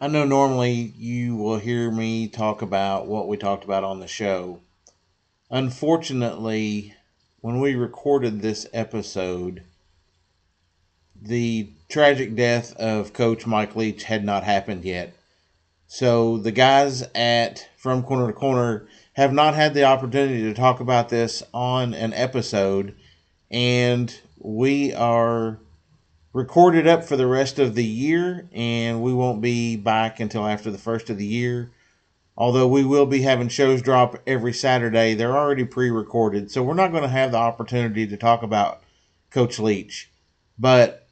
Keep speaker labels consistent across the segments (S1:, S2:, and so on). S1: I know normally you will hear me talk about what we talked about on the show. Unfortunately, when we recorded this episode, the tragic death of Coach Mike Leach had not happened yet. So the guys at From Corner to Corner have not had the opportunity to talk about this on an episode, and we are recorded up for the rest of the year, and we won't be back until after the first of the year. Although we will be having shows drop every Saturday, they're already pre recorded, so we're not going to have the opportunity to talk about Coach Leach. But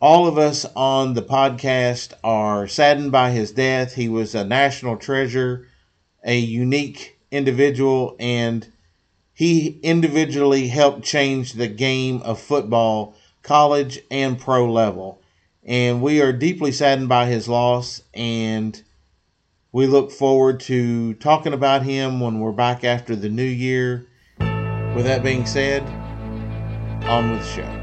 S1: all of us on the podcast are saddened by his death. He was a national treasure, a unique individual, and he individually helped change the game of football, college and pro level. And we are deeply saddened by his loss, and we look forward to talking about him when we're back after the new year. With that being said, on with the show.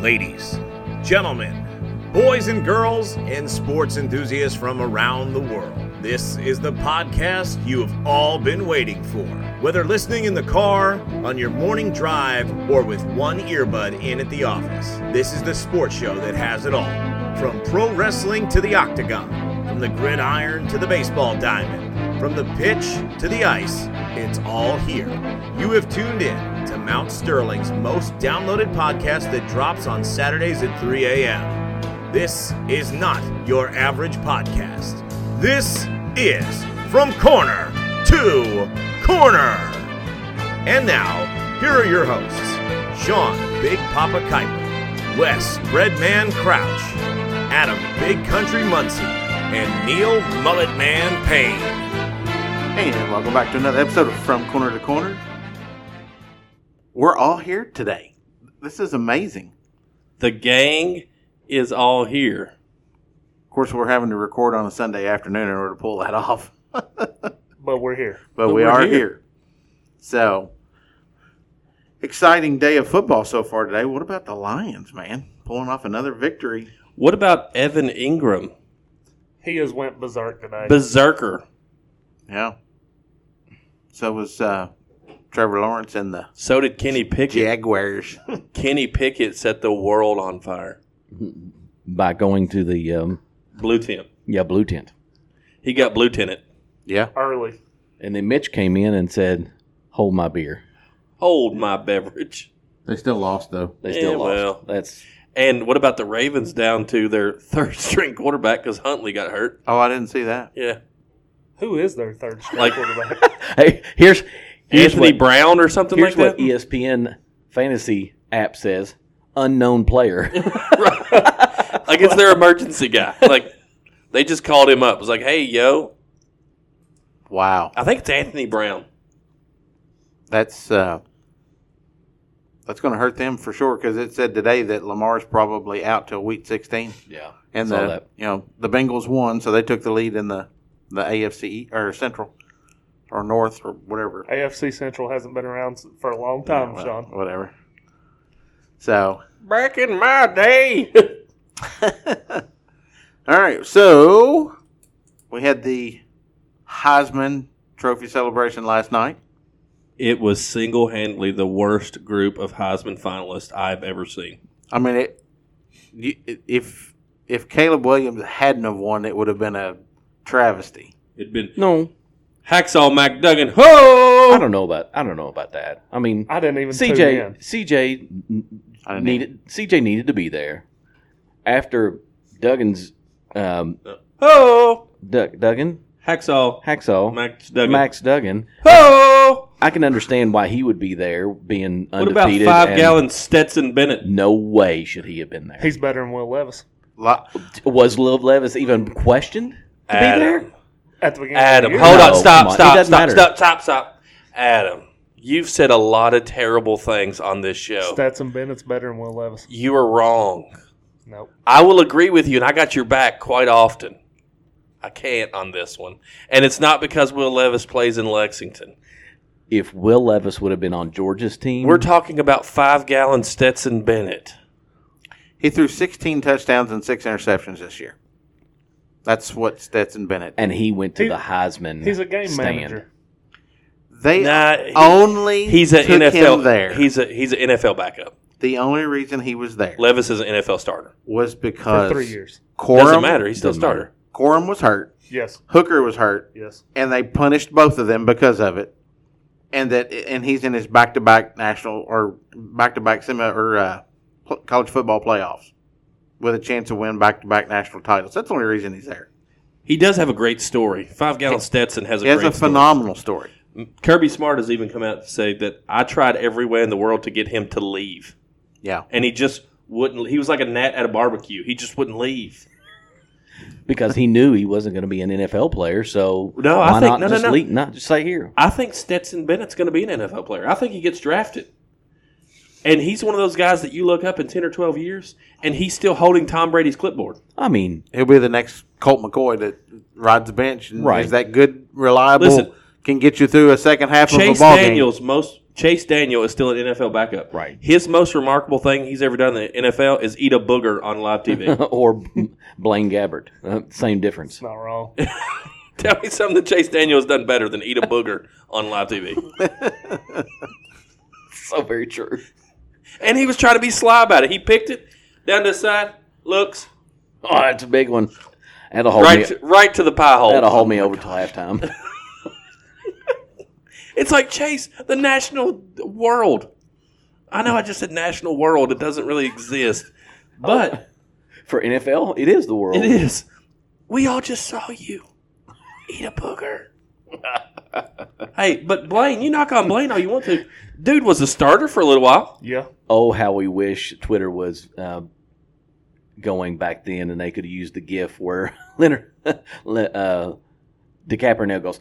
S2: Ladies, gentlemen, boys and girls, and sports enthusiasts from around the world, this is the podcast you have all been waiting for. Whether listening in the car, on your morning drive, or with one earbud in at the office, this is the sports show that has it all. From pro wrestling to the octagon, from the gridiron to the baseball diamond, from the pitch to the ice, it's all here. You have tuned in to Mount Sterling's most downloaded podcast that drops on Saturdays at 3 a.m. This is not your average podcast. This is From Corner to Corner. And now, here are your hosts Sean Big Papa Kuiper, Wes Breadman Crouch, Adam Big Country Muncie, and Neil Mullet Man Payne.
S3: Hey, and welcome back to another episode of From Corner to Corner. We're all here today. This is amazing.
S4: The gang is all here.
S3: Of course, we're having to record on a Sunday afternoon in order to pull that off,
S5: but we're here.
S3: but we
S4: we're
S3: are
S4: here.
S3: here. So, exciting day of football so far today. What about the Lions, man? Pulling off another victory.
S4: What about Evan Ingram?
S5: He has went berserk tonight.
S4: Berserker.
S3: Yeah. So was uh, Trevor Lawrence and the
S4: So did Kenny Pickett.
S3: Jaguars.
S4: Kenny Pickett set the world on fire.
S6: by going to the um,
S4: Blue tent.
S6: yeah blue tent.
S4: He got blue tenant.
S3: yeah.
S5: Early.
S6: And then Mitch came in and said, "Hold my beer."
S4: Hold my beverage.
S3: They still lost, though.
S6: They still
S4: Yeah,
S6: lost.
S4: well.
S6: That's
S4: And what about the Ravens down to their third string quarterback because Huntley got hurt?
S3: Oh, I didn't see that.
S4: Yeah.
S5: Who is their third string
S4: Like-
S5: quarterback?
S6: hey. Here's here's
S4: Anthony
S6: what,
S4: Brown or something
S6: here's
S4: like
S6: what E
S4: that?
S6: ESPN fantasy app says: unknown player.
S4: like it's their emergency guy. Like they just called him up. It was like, hey, yo,
S3: Wow.
S4: I think it's Anthony Brown.
S3: that's uh, that's going to hurt them for sure because it said today that Lamar's probably out till week 16,
S6: yeah.
S3: and
S6: Saw
S3: the
S6: that.
S3: you know the Bengals won, so they took the lead in the the AFC E- or Central or North or whatever.
S5: AFC Central hasn't been around s- for a long time,
S3: Well,
S5: Sean.
S3: Whatever. So
S4: Back in my day.
S3: all right, so we had the Heisman Trophy celebration last night.
S4: It was single handedly the worst group of Heisman finalists I've ever seen.
S3: I mean, it, you, if if Caleb Williams hadn't have won, it would have been a travesty.
S4: It'd been
S6: No,
S4: Hacksaw Mac Duggan.
S6: I
S4: Ho!
S6: don't know about I don't know about that. I mean,
S5: I didn't even tune in.
S6: CJ CJ
S3: I didn't even-
S6: needed CJ needed to be there after Duggan's um,
S4: Ho!
S6: Dug Duggan
S4: Hacksaw
S6: hacksaw
S4: Mac Duggan.
S6: Max Duggan.
S4: Ho!
S6: I can understand why he would be there, being
S4: What about
S6: undefeated.
S4: five
S6: and
S4: gallon Stetson Bennett?
S6: No way should he have been there.
S5: He's better than Will Levis.
S3: Lo-
S6: Was Lil Levis even questioned to be there?
S5: At the beginning
S4: Adam,
S5: of the year,
S4: hold
S6: No,
S4: on,
S6: come
S4: stop,
S6: on. It
S4: stop,
S6: doesn't
S4: stop,
S6: matter.
S4: stop, stop, stop. Adam, you've said a lot of terrible things on this show.
S5: Stetson Bennett's better than Will Levis.
S4: you are wrong.
S5: Nope.
S4: I will agree with you, and I got your back quite often. I can't on this one, and it's not because Will Levis plays in Lexington.
S6: If Will Levis would have been on Georgia's team,
S4: We're talking about five gallon Stetson Bennett.
S3: He threw 16 touchdowns and six interceptions this year. That's what Stetson Bennett.
S6: and he went to
S5: He-
S6: the Heisman.
S5: He's a game
S6: stand.
S5: manager.
S3: They
S4: Nah, he-
S3: only
S4: He's an
S3: took
S4: NFL
S3: him there.
S4: He's a he's an NFL backup.
S3: the only reason he was there
S4: Levis is an NFL starter.
S3: was
S5: For
S3: because
S5: three years.
S3: Corum,
S4: Doesn't matter. He's still a
S6: doesn't
S4: starter.
S3: Corum was hurt.
S5: Yes.
S3: Hooker was hurt,
S5: Yes.
S3: and they punished both of them because of it. And that and he's in his back to back national or back to back semi or uh, pl- college football playoffs with a chance to win back to back national titles. That's the only reason he's there.
S4: He does have a great story. Five Gallon Stetson has a
S3: He has
S4: great
S3: a
S4: story.
S3: phenomenal story.
S4: Kirby Smart has even come out to say that I tried every way in the world to get him to leave,
S3: Yeah,
S4: and he just wouldn't. He was like a gnat at a barbecue. He just wouldn't leave.
S6: because he knew he wasn't going to be an NFL player. So
S4: No, I
S6: why
S4: think-
S6: not
S4: no, no,
S6: just
S4: no.
S6: leave- not just say here.
S4: I think Stetson Bennett's going to be an NFL player. I think he gets drafted. And he's one of those guys that you look up in 10 or 12 years, and he's still holding Tom Brady's clipboard.
S6: I mean,
S3: he'll be the next Colt McCoy that rides the bench and
S6: Right.
S3: is that good, reliable,
S4: Listen.
S3: can get you through a second half of
S4: Chase
S3: a ball game.
S4: Daniels, most Chase Daniel is still an NFL backup.
S6: Right.
S4: His most remarkable thing he's ever done in the NFL is eat a booger on live TV.
S6: or Blaine Gabbert, uh, same difference.
S5: It's not wrong.
S4: Tell me something that Chase Daniel has done better than eat a booger on live TV.
S6: So very true.
S4: And he was trying to be sly about it. He picked it down to the side, looks
S6: Oh, that's a big one. That'll
S3: Oh,
S6: hold
S4: right,
S6: me.
S4: to, Oh right to the pie hole.
S6: that'll hold me over till halftime.
S4: It's like Chase, the national world. I know I just said national world. It doesn't really exist, but
S6: For NFL, it is the world.
S4: it is. We all just saw you eat a booger. hey, but Blaine, you knock on Blaine all you want to. Dude was a starter for a little while.
S5: Yeah.
S6: Oh, how we wish Twitter was uh, going back then, and they could have used the GIF where Leonard Le- uh, DiCaprio goes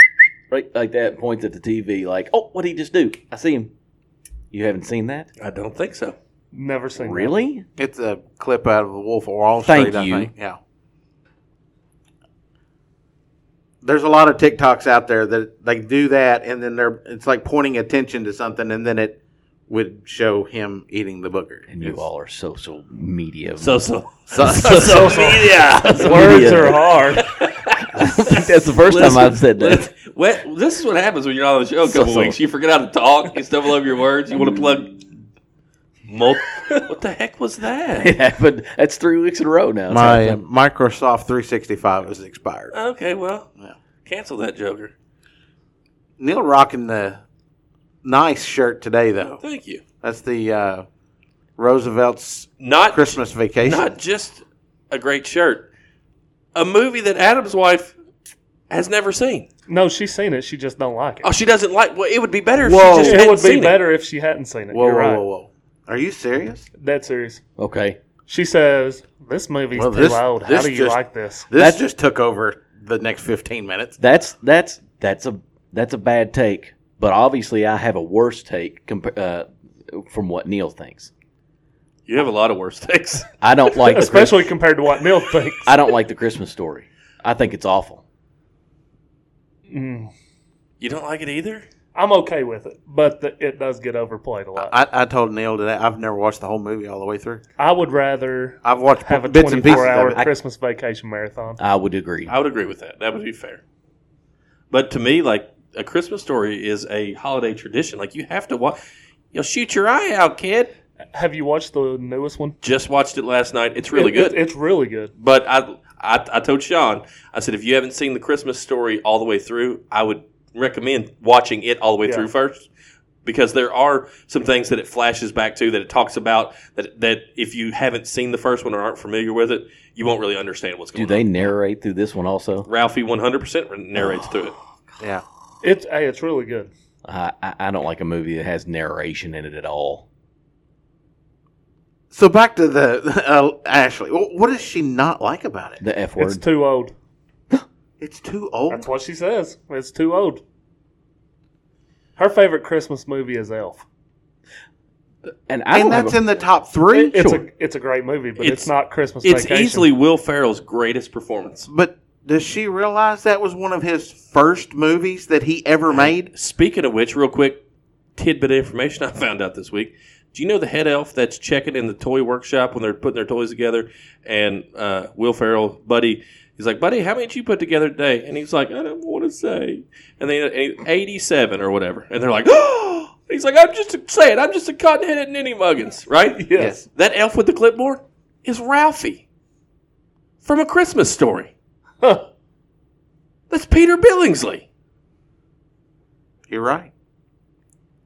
S6: right like that, and points at the TV, like, "Oh, what did he just do? I see him." You haven't seen that,
S4: I don't think so.
S5: Never seen that.
S6: really?
S3: It's a clip out of The Wolf of Wall Street.
S6: Thank
S3: I
S6: you.
S3: think. Yeah. There's a lot of TikToks out there that they do that, and then they're it's like pointing attention to something, and then it would show him eating the booger.
S6: And you all are social media.
S4: So so.
S6: so-
S4: media.
S5: Words are hard.
S6: that's the first time I've said that.
S4: Listen, what- this is what happens when you're not on the show a couple
S6: So-
S4: weeks. You forget how to talk. You stumble over your words. You want to plug. Mul- what the heck was that?
S6: It happened. That's three weeks in a row now. It's
S3: My
S4: um,
S6: happened.
S3: Microsoft 365 is expired.
S4: Okay, well,
S3: Yeah.
S4: cancel that Joker.
S3: Neil rocking the nice shirt today, though.
S4: Thank you.
S3: That's the uh, Roosevelt's
S4: Not
S3: Christmas vacation.
S4: not just a great shirt, a movie that Adam's wife has never seen.
S5: No, she's seen it. She just don't like it.
S4: Oh, she doesn't like. Well, it would be better. If
S3: Whoa.
S4: she just
S5: it
S4: hadn't
S5: would be
S4: seen
S5: better if she hadn't seen it.
S3: whoa,
S5: You're
S3: whoa,
S5: right.
S3: whoa, whoa! Are you serious?
S5: That serious.
S6: okay.
S5: She says this movie's
S3: Well,
S5: too
S3: this-
S5: old. How
S3: this
S5: do you
S3: just-
S5: like this?
S3: This
S6: That's-
S3: just took over the next 15 minutes.
S6: That's that's that's a that's a bad take. But obviously, I have a worse take compa- uh, from what Neil thinks.
S4: You have a lot of worse things.
S6: I don't like the Christ-
S5: Especially compared to what Neil thinks.
S6: I don't like the Christmas story. I think it's awful.
S5: Mm.
S4: You don't like it either.
S5: I'm okay with it, but the, it does get overplayed a lot. I,
S3: I, I told Neil today I've never watched the whole movie all the way through.
S5: would rather
S3: I've watched
S5: have a
S3: bits and pieces
S5: 24
S3: of
S5: hour
S3: it.
S5: Christmas vacation marathon.
S6: I would agree.
S4: I would agree with that. That would be fair. But to me, like a Christmas story is a holiday tradition. Like you have to watch. You'll shoot your eye out, kid.
S5: Have you watched the newest one?
S4: Just watched it last night. It's really
S5: It-
S4: good.
S5: it- it's really good.
S4: But I, I, I told Sean, I said if you haven't seen the Christmas story all the way through, I would recommend watching it all the way
S5: Yeah.
S4: through first, because there are some things that it flashes back to that it talks about that that if you haven't seen the first one or aren't familiar with it, you won't really understand what's
S6: Do
S4: going
S6: they
S4: on.
S6: narrate through this one also?
S4: Ralphie one hundred percent narrates through it.
S3: Yeah.
S5: It's hey, it's really good.
S6: I, I I don't like a movie that has narration in it at all.
S3: So back to the uh, Ashley. Wh- What does she not like about it?
S6: The
S5: It's
S6: F word.
S5: too old.
S3: It's too old.
S5: That's what she says. It's too old. Her favorite Christmas movie is Elf.
S6: and I
S3: and
S6: don't have
S3: that's
S6: a-
S3: in the top three.
S5: It- it's
S6: Sure.
S5: a it's a great movie, but it's,
S4: It's-
S5: not Christmas.
S4: It's
S5: vacation.
S4: easily Will Ferrell's greatest performance.
S3: But does she realize that was one of his first movies that he ever made?
S4: Speaking of which, real quick tidbit of information I found out this week: Do you know the head elf that's checking in the toy workshop when they're putting their toys together? And uh, Will Ferrell, buddy, he's like, buddy, how many did you put together today? And he's like, I don't want to say. And they and 87 or whatever. And they're like, oh! He's like, I'm just a, say it. I'm just a cotton-headed ninny muggins, right?
S5: Yes.
S4: That elf with the clipboard is Ralphie from A Christmas Story.
S5: Huh.
S4: That's Peter Billingsley.
S3: You're right.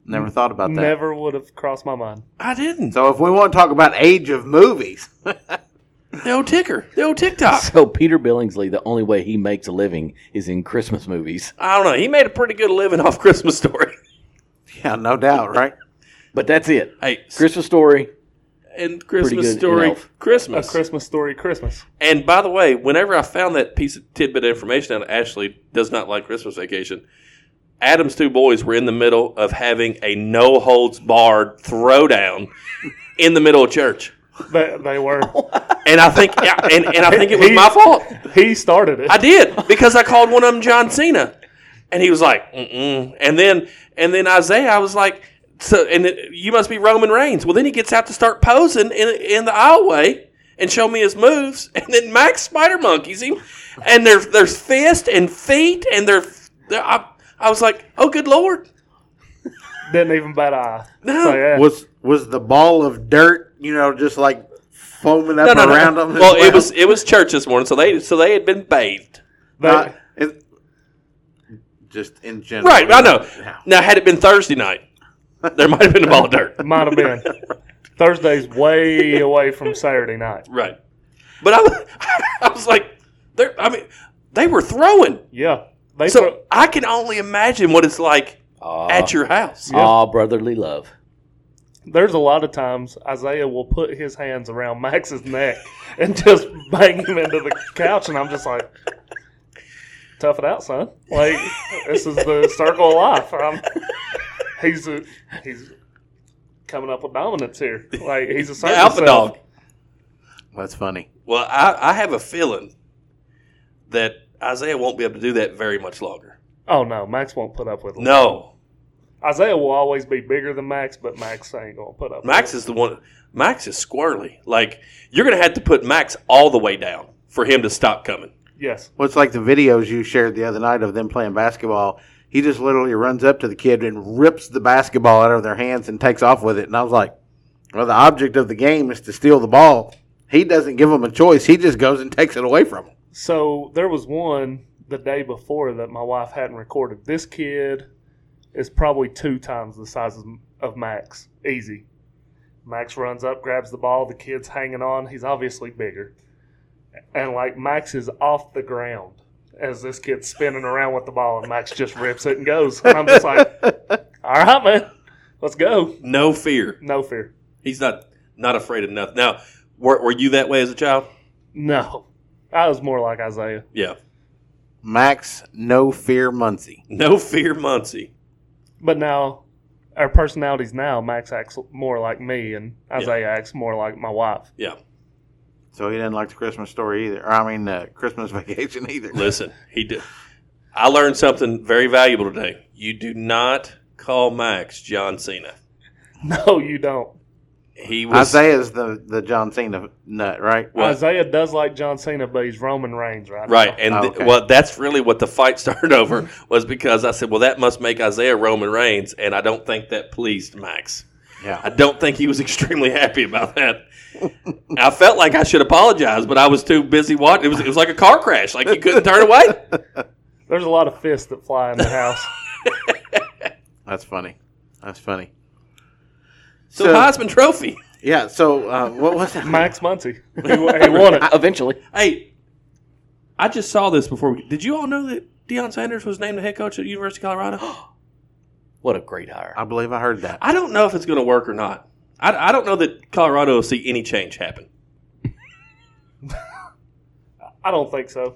S3: Never thought about that.
S5: Never would have crossed my mind.
S4: I didn't.
S3: So if we want to talk about age of movies,
S4: The old ticker. The old TikTok.
S6: So Peter Billingsley, the only way he makes a living is in Christmas movies.
S4: I don't know. He made a pretty good living off Christmas Story.
S3: yeah, no doubt, right?
S6: But that's it.
S4: Hey,
S6: Christmas story.
S4: and
S6: Pretty
S4: Christmas
S6: good in
S4: Story,
S6: Elf.
S5: A
S4: Christmas.
S5: Christmas story, Christmas.
S4: and by the way, whenever I found that piece of tidbit of information out, Ashley does not like Christmas Vacation. Adam's two boys were in the middle of having a no holds barred throwdown in the middle of church,
S5: They, they were.
S4: and I think yeah, and, and I think it was my fault.
S5: He started it.
S4: I did because I called one of them John Cena, and he was like, Mm-mm. and then and then Isaiah, I was like, so and it, you must be Roman Reigns. Well, then he gets out to start posing in in the aisleway and show me his moves, and then Max Spider monkeys him, and there's there's fist and feet, and they're, they're I, I was like, oh good lord,
S5: Didn't even bat an eye.
S4: no.
S5: So, yeah.
S3: Was was the ball of dirt, you know, just like foaming up
S4: No, no, no.
S3: around them? as
S4: Well, it was it was church this morning, so they so they had been bathed.
S5: They-
S3: Not- it- just in general.
S4: Right, I know.
S3: Yeah.
S4: Now, had it been Thursday night, there might have been a ball of dirt.
S5: Might have been. Thursday's way away from Saturday night.
S4: Right. But I, I was like, they're, I mean, they were throwing.
S5: Yeah. They
S4: so
S5: throw- Uh,
S4: I can only imagine what it's like
S6: Aw,
S4: at your house.
S6: aw, Ah, brotherly love.
S5: there's a lot of times Isaiah will put his hands around Max's neck and just bang him into the couch, and I'm just like, tough it out, son. Like this is the circle of life. I'm, he's a, he's coming up with dominance here. Like he's a
S4: The
S5: certain
S4: alpha
S5: self.
S4: dog.
S3: That's funny.
S4: Well, I, I have a feeling that Isaiah won't be able to do that very much longer.
S5: Oh no, Max won't put up with it.
S4: No.
S5: Isaiah will always be bigger than Max, but Max ain't gonna put up.
S4: Max
S5: with
S4: is the one. Max is squirrely. Like, you're going to have to put Max all the way down for him to stop coming.
S5: it. yes,
S3: Well, it's like the videos you shared the other night of them playing basketball. He just literally runs up to the kid and rips the basketball out of their hands and takes off with it. And I was like, well, the object of the game is to steal the ball. He doesn't give them a choice. He just goes and takes it away from them.
S5: So there was one the day before that my wife hadn't recorded. This kid is probably two times the size of, of Max. Easy. Max runs up, grabs the ball. The kid's hanging on. He's obviously bigger. And like Max is off the ground as this kid's spinning around with the ball, and Max just rips it and goes. And I'm just like, all right, man, let's go.
S4: No fear.
S5: No fear.
S4: He's not not afraid of nothing. Now, were, were you that way as a child?
S5: No. I was more like Isaiah.
S4: Yeah.
S3: Max, no fear, Muncie.
S4: No fear, Muncie.
S5: But now, our personalities now, Max acts more like me, and Isaiah acts more like my wife.
S4: Yeah.
S3: So he didn't like the Christmas story either. Or, I mean, uh, Christmas vacation either.
S4: Listen, he did. I learned something very valuable today. You do not call Max John Cena.
S5: No, you don't.
S4: He was
S3: Isaiah's the, the John Cena nut, right?
S4: What?
S5: Isaiah does like John Cena, but he's Roman Reigns right now.
S4: right, and
S3: Oh,
S4: th-
S3: okay.
S4: well, that's really what the fight started over was because I said, "Well, that must make Isaiah Roman Reigns," and I don't think that pleased Max. I
S3: Yeah.
S4: don't think he was extremely happy about that. I felt like I should apologize, but I was too busy watching. It was it was like a car crash; like you couldn't turn away.
S5: There's a lot of fists that fly in the house.
S3: That's funny. That's funny.
S4: So, Heisman Trophy.
S3: yeah, so uh, what was that?
S5: Max Muncy. He, wa- he won it.
S6: Eventually,
S4: Hey, I just saw this before. We, did you all know that Deion Sanders was named the head coach at University of Colorado?
S6: what a great hire.
S3: I believe I heard that.
S4: I don't know if it's going to work or not. I, I don't know that Colorado will see any change happen.
S5: I don't think so.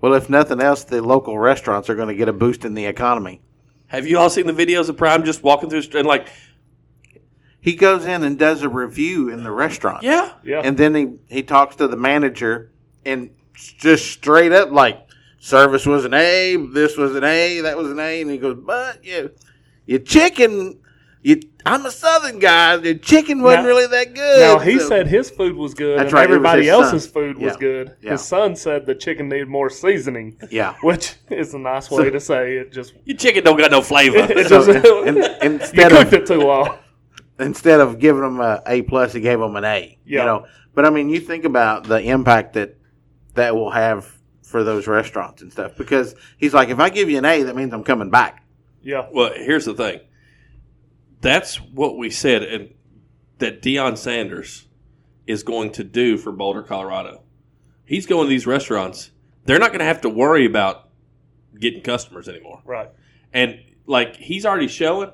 S3: Well, if nothing else, the local restaurants are going to get a boost in the economy.
S4: Have you all seen the videos of Prime just walking through and like,
S3: He goes in and does a review in the restaurant.
S4: yeah,
S5: Yeah.
S3: And then he, he talks to the manager and just straight up like, service was an A, this was an A, that was an A. And he goes, but you, your chicken You, I'm a Southern guy. The chicken wasn't
S5: Now-
S3: really that good.
S5: Now he
S3: so-
S5: said his food was good,
S3: That's
S5: and
S3: right, it was
S5: everybody
S3: his
S5: else's
S3: son.
S5: food was
S3: Yeah.
S5: good.
S3: Yeah.
S5: His son said the chicken needed more seasoning,
S3: "Yeah."
S5: which is a nice way to say it. Just
S4: Your chicken don't got no flavor.
S5: it
S3: So,
S5: just
S3: in- in-
S5: you
S3: instead
S5: cooked
S3: of
S5: it too long.
S3: instead of giving them a A plus, he gave them an A.
S5: Yeah.
S3: You know, but I mean, you think about the impact that that will have for those restaurants and stuff because he's like, if I give you an A, that means I'm coming back.
S5: Yeah,
S4: well, here's the thing. That's what we said, and that Deion Sanders is going to do for Boulder, Colorado. He's going to these restaurants. They're not going to have to worry about getting customers anymore.
S5: right.
S4: and like he's already showing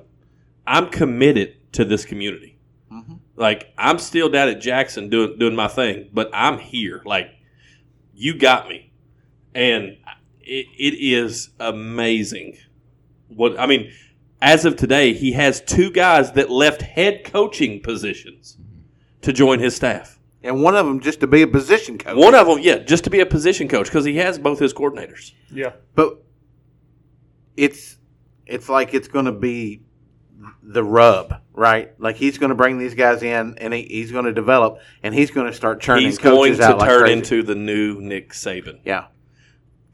S4: i'm committed to this community
S3: Mhm.
S4: like i'm still down at jackson doing doing my thing but i'm here like you got me and it, it is amazing what i mean as of today he has two guys that left head coaching positions
S3: Mm-hmm.
S4: to join his staff
S3: And one of them just to be a position coach.
S4: one of them yeah just to be a position coach because he has both his coordinators
S5: Yeah,
S3: but it's it's like it's going to be the rub, right? Like he's going to bring these guys in, and he, he's going to develop, and he's going to start churning
S4: he's going
S3: coaches
S4: to
S3: out like
S4: turn
S3: crazy.
S4: into the new nick saban
S3: yeah,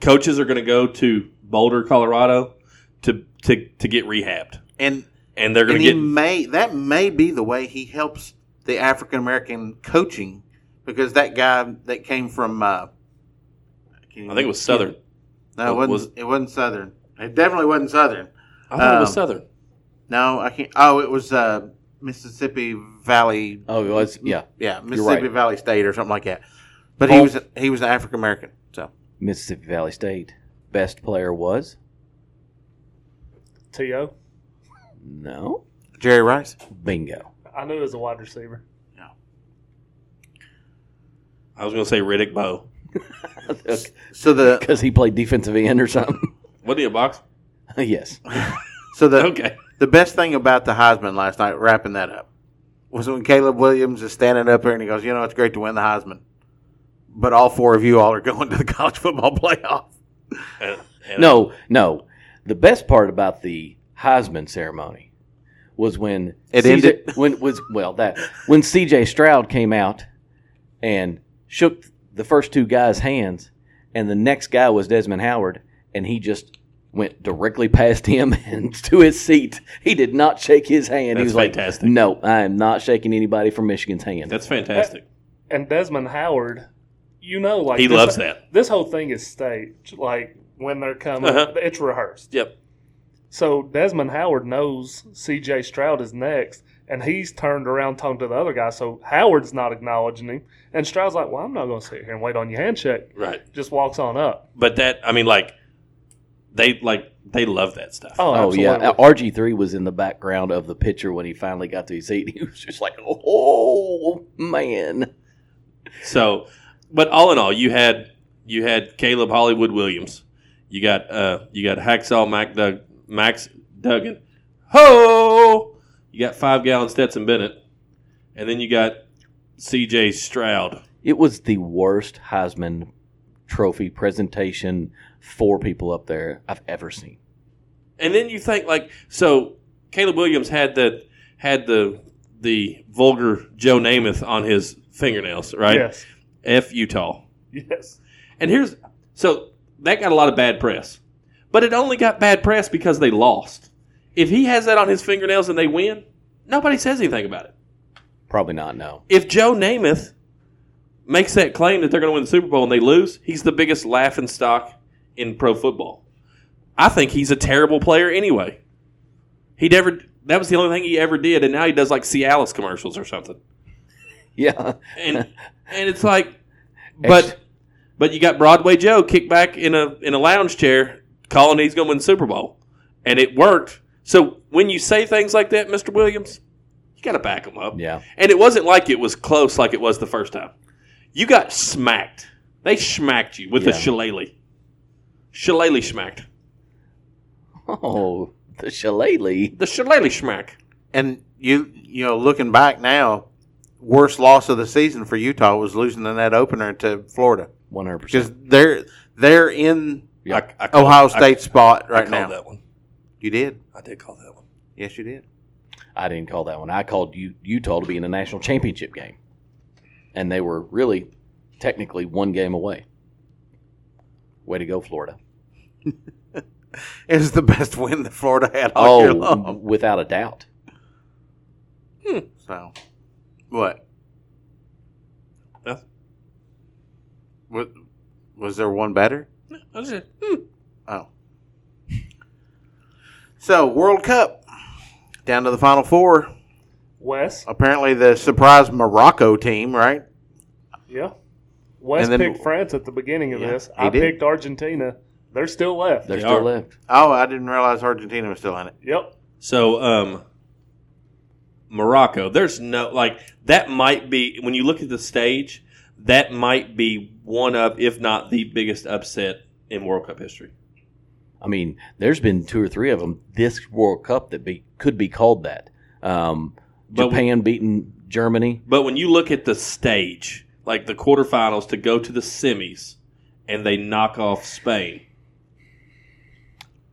S4: coaches are going to go to Boulder, Colorado, to to to get rehabbed,
S3: and
S4: and they're going
S3: and
S4: to
S3: he
S4: get
S3: may that may be the way he helps the African American coaching because that guy that came from uh, I can't
S4: I think it was
S3: even-
S4: Southern.
S3: No, it wasn't.
S4: was-
S3: it wasn't Southern. It definitely wasn't Southern.
S4: I thought it was
S3: Um,
S4: Southern.
S3: No, I can't. Oh, it was uh, Mississippi Valley
S6: Oh, it was
S3: Mm-hmm.
S6: yeah,
S3: Yeah,
S6: You're right.
S3: Mississippi Valley State or something like that. But he
S6: Oh.
S3: was he was an African American. So
S6: Mississippi Valley State. Best player was
S5: To
S6: no
S3: Jerry Rice.
S6: bingo.
S5: I knew it was a wide receiver.
S4: I was going to say Riddick Bowe.
S3: So the
S6: Because he played defensive end or something.
S4: Wasn't he a box?
S6: yes.
S3: so the
S4: Okay.
S3: the best thing about the Heisman last night, wrapping that up, was when Caleb Williams is standing up there and he goes, "You know, it's great to win the Heisman, but all four of you all are going to the college football playoff."
S4: And- and-
S6: No, no. The best part about the Heisman ceremony was when
S3: It
S6: CJ
S3: ended.
S6: when was well that when CJ Stroud came out and shook the first two guys' hands, and the next guy was Desmond Howard, and he just went directly past him and to his seat. He did not shake his hand. he
S4: That's
S6: was like,
S4: fantastic.
S6: "No, I am not shaking anybody from Michigan's hand."
S4: That's fantastic.
S5: And Desmond Howard, you know, like
S4: He
S5: this-
S4: loves that.
S5: This whole thing is staged. Like when they're coming,
S4: Uh-huh.
S5: it's rehearsed.
S4: Yep.
S5: So Desmond Howard knows C.J. Stroud is next, and he's turned around talking to the other guy. So Howard's not acknowledging him, and Stroud's like, "Well, I'm not going to sit here and wait on your handshake."
S4: Right.
S5: Just walks on up.
S4: But that I mean, like they like they love that stuff.
S5: Oh,
S6: Oh
S5: absolutely.
S6: yeah, RG three was in the background of the picture when he finally got to his seat. He was just like, "Oh man!"
S4: So, but all in all, you had you had Caleb Hollywood Williams. You got uh you got Hacksaw Mac Doug, Max Duggan. Ho! You got five gallon Stetson Bennett, and then you got C.J. Stroud.
S6: It was the worst Heisman Trophy presentation for people up there I've ever seen.
S4: And then you think like so Caleb Williams had the had the the vulgar Joe Namath on his fingernails, right?
S5: Yes.
S4: F Utah.
S5: Yes.
S4: And here's so that got a lot of bad press, but it only got bad press because they lost. If he has that on his fingernails and they win, nobody says anything about it.
S6: Probably not. No,
S4: If Joe Namath makes that claim that they're going to win the Super Bowl and they lose, he's the biggest laughing stock in pro football. I think he's a terrible player anyway. He never. That was the only thing he ever did, and now he does like Cialis commercials or something.
S6: yeah,
S4: And and it's like, but But you got Broadway Joe kicked back in a in a lounge chair, calling he's going to win the Super Bowl, and it worked. So when you say things like that, Mister Williams, you got to back them up.
S6: yeah.
S4: And it wasn't like it was close, like it was the first time. You got smacked. They smacked you with a
S6: Yeah.
S4: shillelagh. Shillelagh smacked.
S6: Oh, the shillelagh.
S4: The shillelagh smack.
S3: And you you know, looking back now, worst loss of the season for Utah was losing in that opener to Florida
S6: One hundred percent.
S3: because they're they're in
S6: Yeah.
S4: I, I called-
S3: Ohio
S4: I-
S3: State's spot
S4: I
S3: right
S4: called
S3: now.
S4: that one.
S3: You did,
S4: I did call that one.
S3: yes, you did.
S6: I didn't call that one. I called U- Utah to be in a national championship game, and they were really technically one game away. Way to go, Florida!
S3: It was the best win that Florida had all year
S6: Oh,
S3: long.
S6: without a doubt.
S3: So, what?
S7: Nothing.
S3: What? Was there one better?
S7: I was just, hmm.
S3: Oh. So World Cup down to the final four.
S4: Uh,
S5: Wes,
S3: Apparently, the surprise Morocco team, right?
S5: yeah. Wes
S3: And then-
S5: picked France at the beginning of
S3: Yeah,
S5: this.
S3: he
S5: I
S3: did.
S5: picked Argentina. They're still left.
S6: They're
S4: They
S6: still
S4: are.
S6: left.
S3: Oh, I didn't realize Argentina was still in it.
S5: Yep.
S4: So, um, Morocco, there's no, like, that might be, when you look at the stage, that might be one of, if not the biggest upset in World Cup history.
S6: I mean, there's been two or three of them this World Cup that be could be called that. Um,
S4: But-
S6: Japan beating Germany.
S4: But when you look at the stage, like the quarterfinals to go to the semis, and they knock off Spain,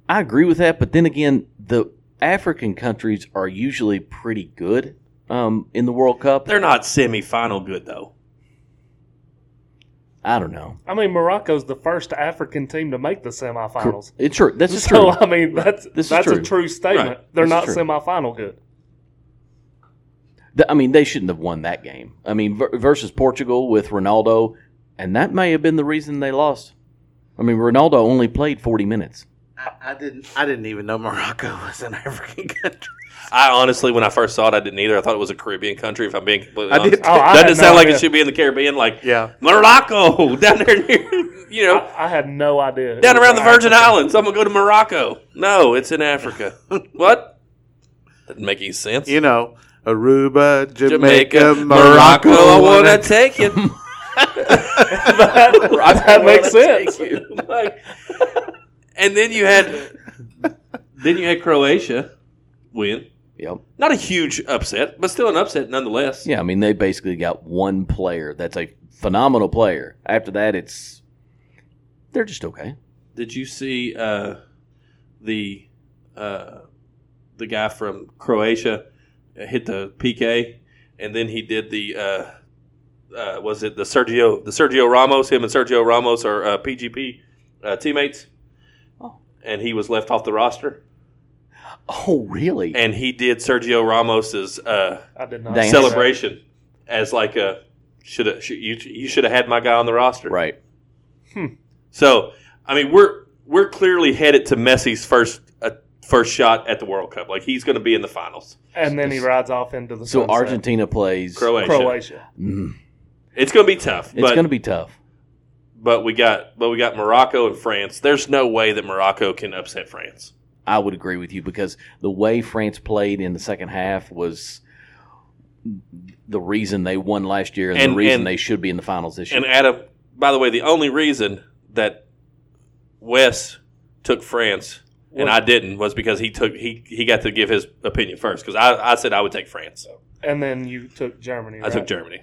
S6: I agree with that, but then again, the African countries are usually pretty good um, in the World Cup.
S4: they're not semifinal good, though.
S6: I don't know.
S5: I mean, Morocco's the first African team to make the semifinals.
S6: It's true. This is
S5: So
S6: true.
S5: I mean, that's
S6: This is
S5: that's
S6: true.
S5: a true statement.
S4: Right.
S5: They're
S6: This
S5: not
S6: is true.
S5: semifinal good.
S6: Th- I mean, they shouldn't have won that game. I mean, ver- versus Portugal with Ronaldo, and that may have been the reason they lost. I mean, Ronaldo only played 40 minutes.
S3: I, I didn't. I didn't even know Morocco was an African country.
S4: I honestly, when I first saw it, I didn't either. I thought it was a Caribbean country. If I'm being completely
S3: I
S4: honest,
S3: did.
S5: Oh, I
S4: doesn't
S5: had
S4: it sound
S5: no
S4: like
S5: idea.
S4: it should be in the Caribbean, like
S3: Yeah.
S4: Morocco down there near, you know,
S5: I, I had no idea. who
S4: down around the
S5: Morocco
S4: Virgin
S5: was.
S4: Islands. I'm gonna go to Morocco. No, it's in Africa. what? Doesn't make any sense.
S3: You know, Aruba, Jamaica,
S4: Jamaica, Morocco, I wanna take you.
S5: that, that makes sense.
S4: Like- and then you had, then you had Croatia win.
S6: Yep.
S4: Not a huge upset, but still an upset nonetheless.
S6: Yeah, I mean, they basically got one player that's a phenomenal player. After that, it's they're just okay.
S4: Did you see uh, the uh, the guy from Croatia hit the PK, and then he did the uh, uh, was it the Sergio the Sergio Ramos? Him and Sergio Ramos are uh, PGP uh, teammates,
S6: Oh.
S4: and he was left off the roster.
S6: Oh, really?
S4: And he did Sergio Ramos's uh,
S5: I did not
S6: Dance.
S5: see that.
S4: celebration as like a should have you you should have had my guy on the roster.
S6: right.
S4: So, I mean, we're we're clearly headed to Messi's first uh, first shot at the World Cup. Like he's going to be in the finals.
S5: And then he rides off into the
S6: So
S5: sunset.
S6: Argentina plays.
S4: Croatia.
S5: Croatia.
S6: Mm,
S4: It's going to be tough,
S6: it's
S4: but
S6: going to be tough.
S4: but we got but we got Morocco and France. There's no way that Morocco can upset France.
S6: I would agree with you because the way France played in the second half was the reason they won last year and,
S4: And-
S6: the reason
S4: and-
S6: they should be in the finals this year.
S4: And Adam, by the way, the only reason that Wes took France and I didn't was because he took he he got to give his opinion first because I, I said I would take France.
S5: And then you took Germany.
S4: I took
S5: right?
S4: Germany.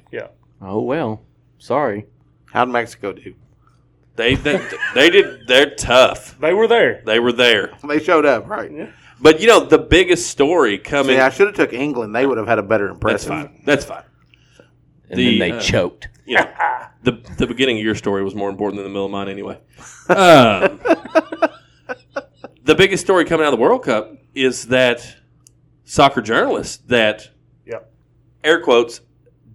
S6: oh well, sorry.
S3: How'd Mexico do?
S4: They they, they did. They're tough.
S5: They were there.
S4: They were there.
S3: They showed up, right?
S4: But you know, the biggest story
S3: I mean,
S4: coming.
S3: See, I should have took England. They would have had a better
S4: that's
S3: impression.
S4: fine. That's fine.
S6: And
S4: The,
S6: then they
S4: uh,
S6: choked.
S4: You know, the the beginning of your story was more important than the middle of mine, anyway. Um, the biggest story coming out of the World Cup is that soccer journalists that,
S5: Yep.
S4: air quotes,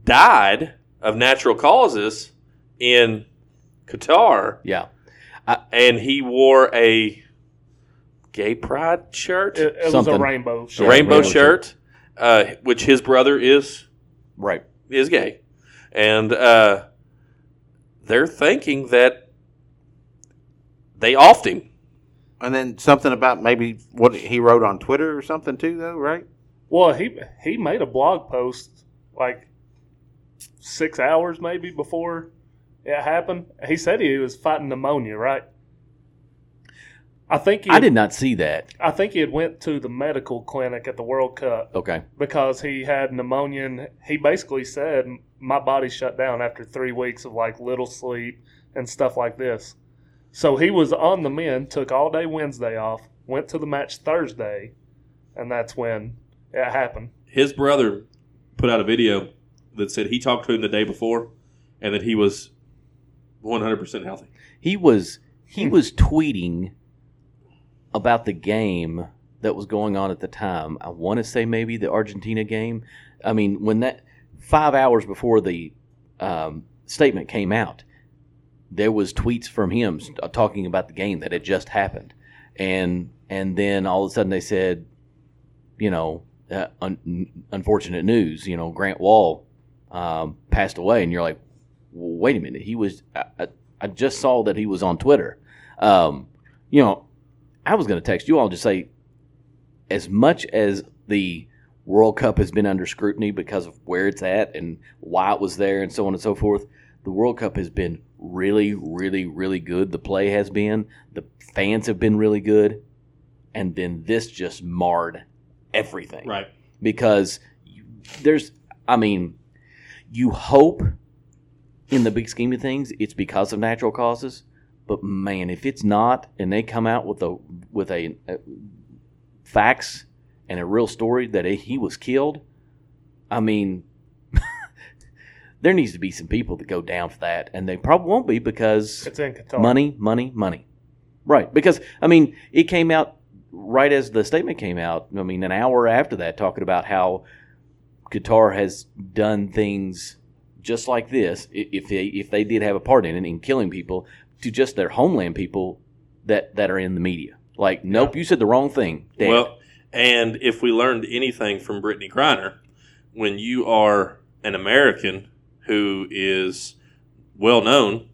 S4: died of natural causes in Qatar,
S6: Yeah,
S4: and he wore a gay pride shirt,
S5: It, it was a
S6: Something.
S5: rainbow.
S4: a
S5: Show.
S4: rainbow,
S6: rainbow
S4: shirt, uh, which his brother is
S6: right.
S4: is gay, and uh, they're thinking that they offed him.
S3: And then something about maybe what he wrote on Twitter or something too, though, right?
S5: Well, he he made a blog post like six hours maybe before it happened. He said he was fighting pneumonia, right? I think he
S6: I did not see that.
S5: I think he had went to the medical clinic at the World Cup
S6: Okay.
S5: because he had pneumonia. And he basically said, "My body shut down after three weeks of like little sleep and stuff like this." So he was on the men, took all day Wednesday off, went to the match Thursday, and that's when It happened.
S4: his brother put out a video that said he talked to him the day before and that he was 100% healthy.
S6: He was he was tweeting about the game that was going on at the time. I want to say maybe the Argentina game. I mean, when that five hours before the um, statement came out, there was tweets from him s- uh, talking about the game that had just happened, and and then all of a sudden they said, you know, uh, un- unfortunate news. You know, Grant Wall um, passed away, and you're like, well, wait a minute, he was. I, I, I just saw that he was on Twitter. Um, you know, I was going to text you all and just say, as much as the World Cup has been under scrutiny because of where it's at and why it was there and so on and so forth, the World Cup has been really, really, really good. The play has been, the fans have been really good, and then this just marred everything
S4: Right.
S6: because you- there's i mean you hope in the big scheme of things it's because of natural causes but man if it's not and they come out with a with a, uh facts and a real story that he was killed i mean there needs to be some people that go down for that and they probably won't be because
S5: It's in Qatar.
S6: Money, money, money. Right. Because, I mean, it came out right as the statement came out. I mean, an hour after that, talking about how Qatar has done things just like this, i- if they, if they did have a part in it, in killing people, to just their homeland people that, that are in the media. Like, nope, you said the wrong thing. Dad.
S4: Well, and if we learned anything from Brittany Griner, when you are an American who is well known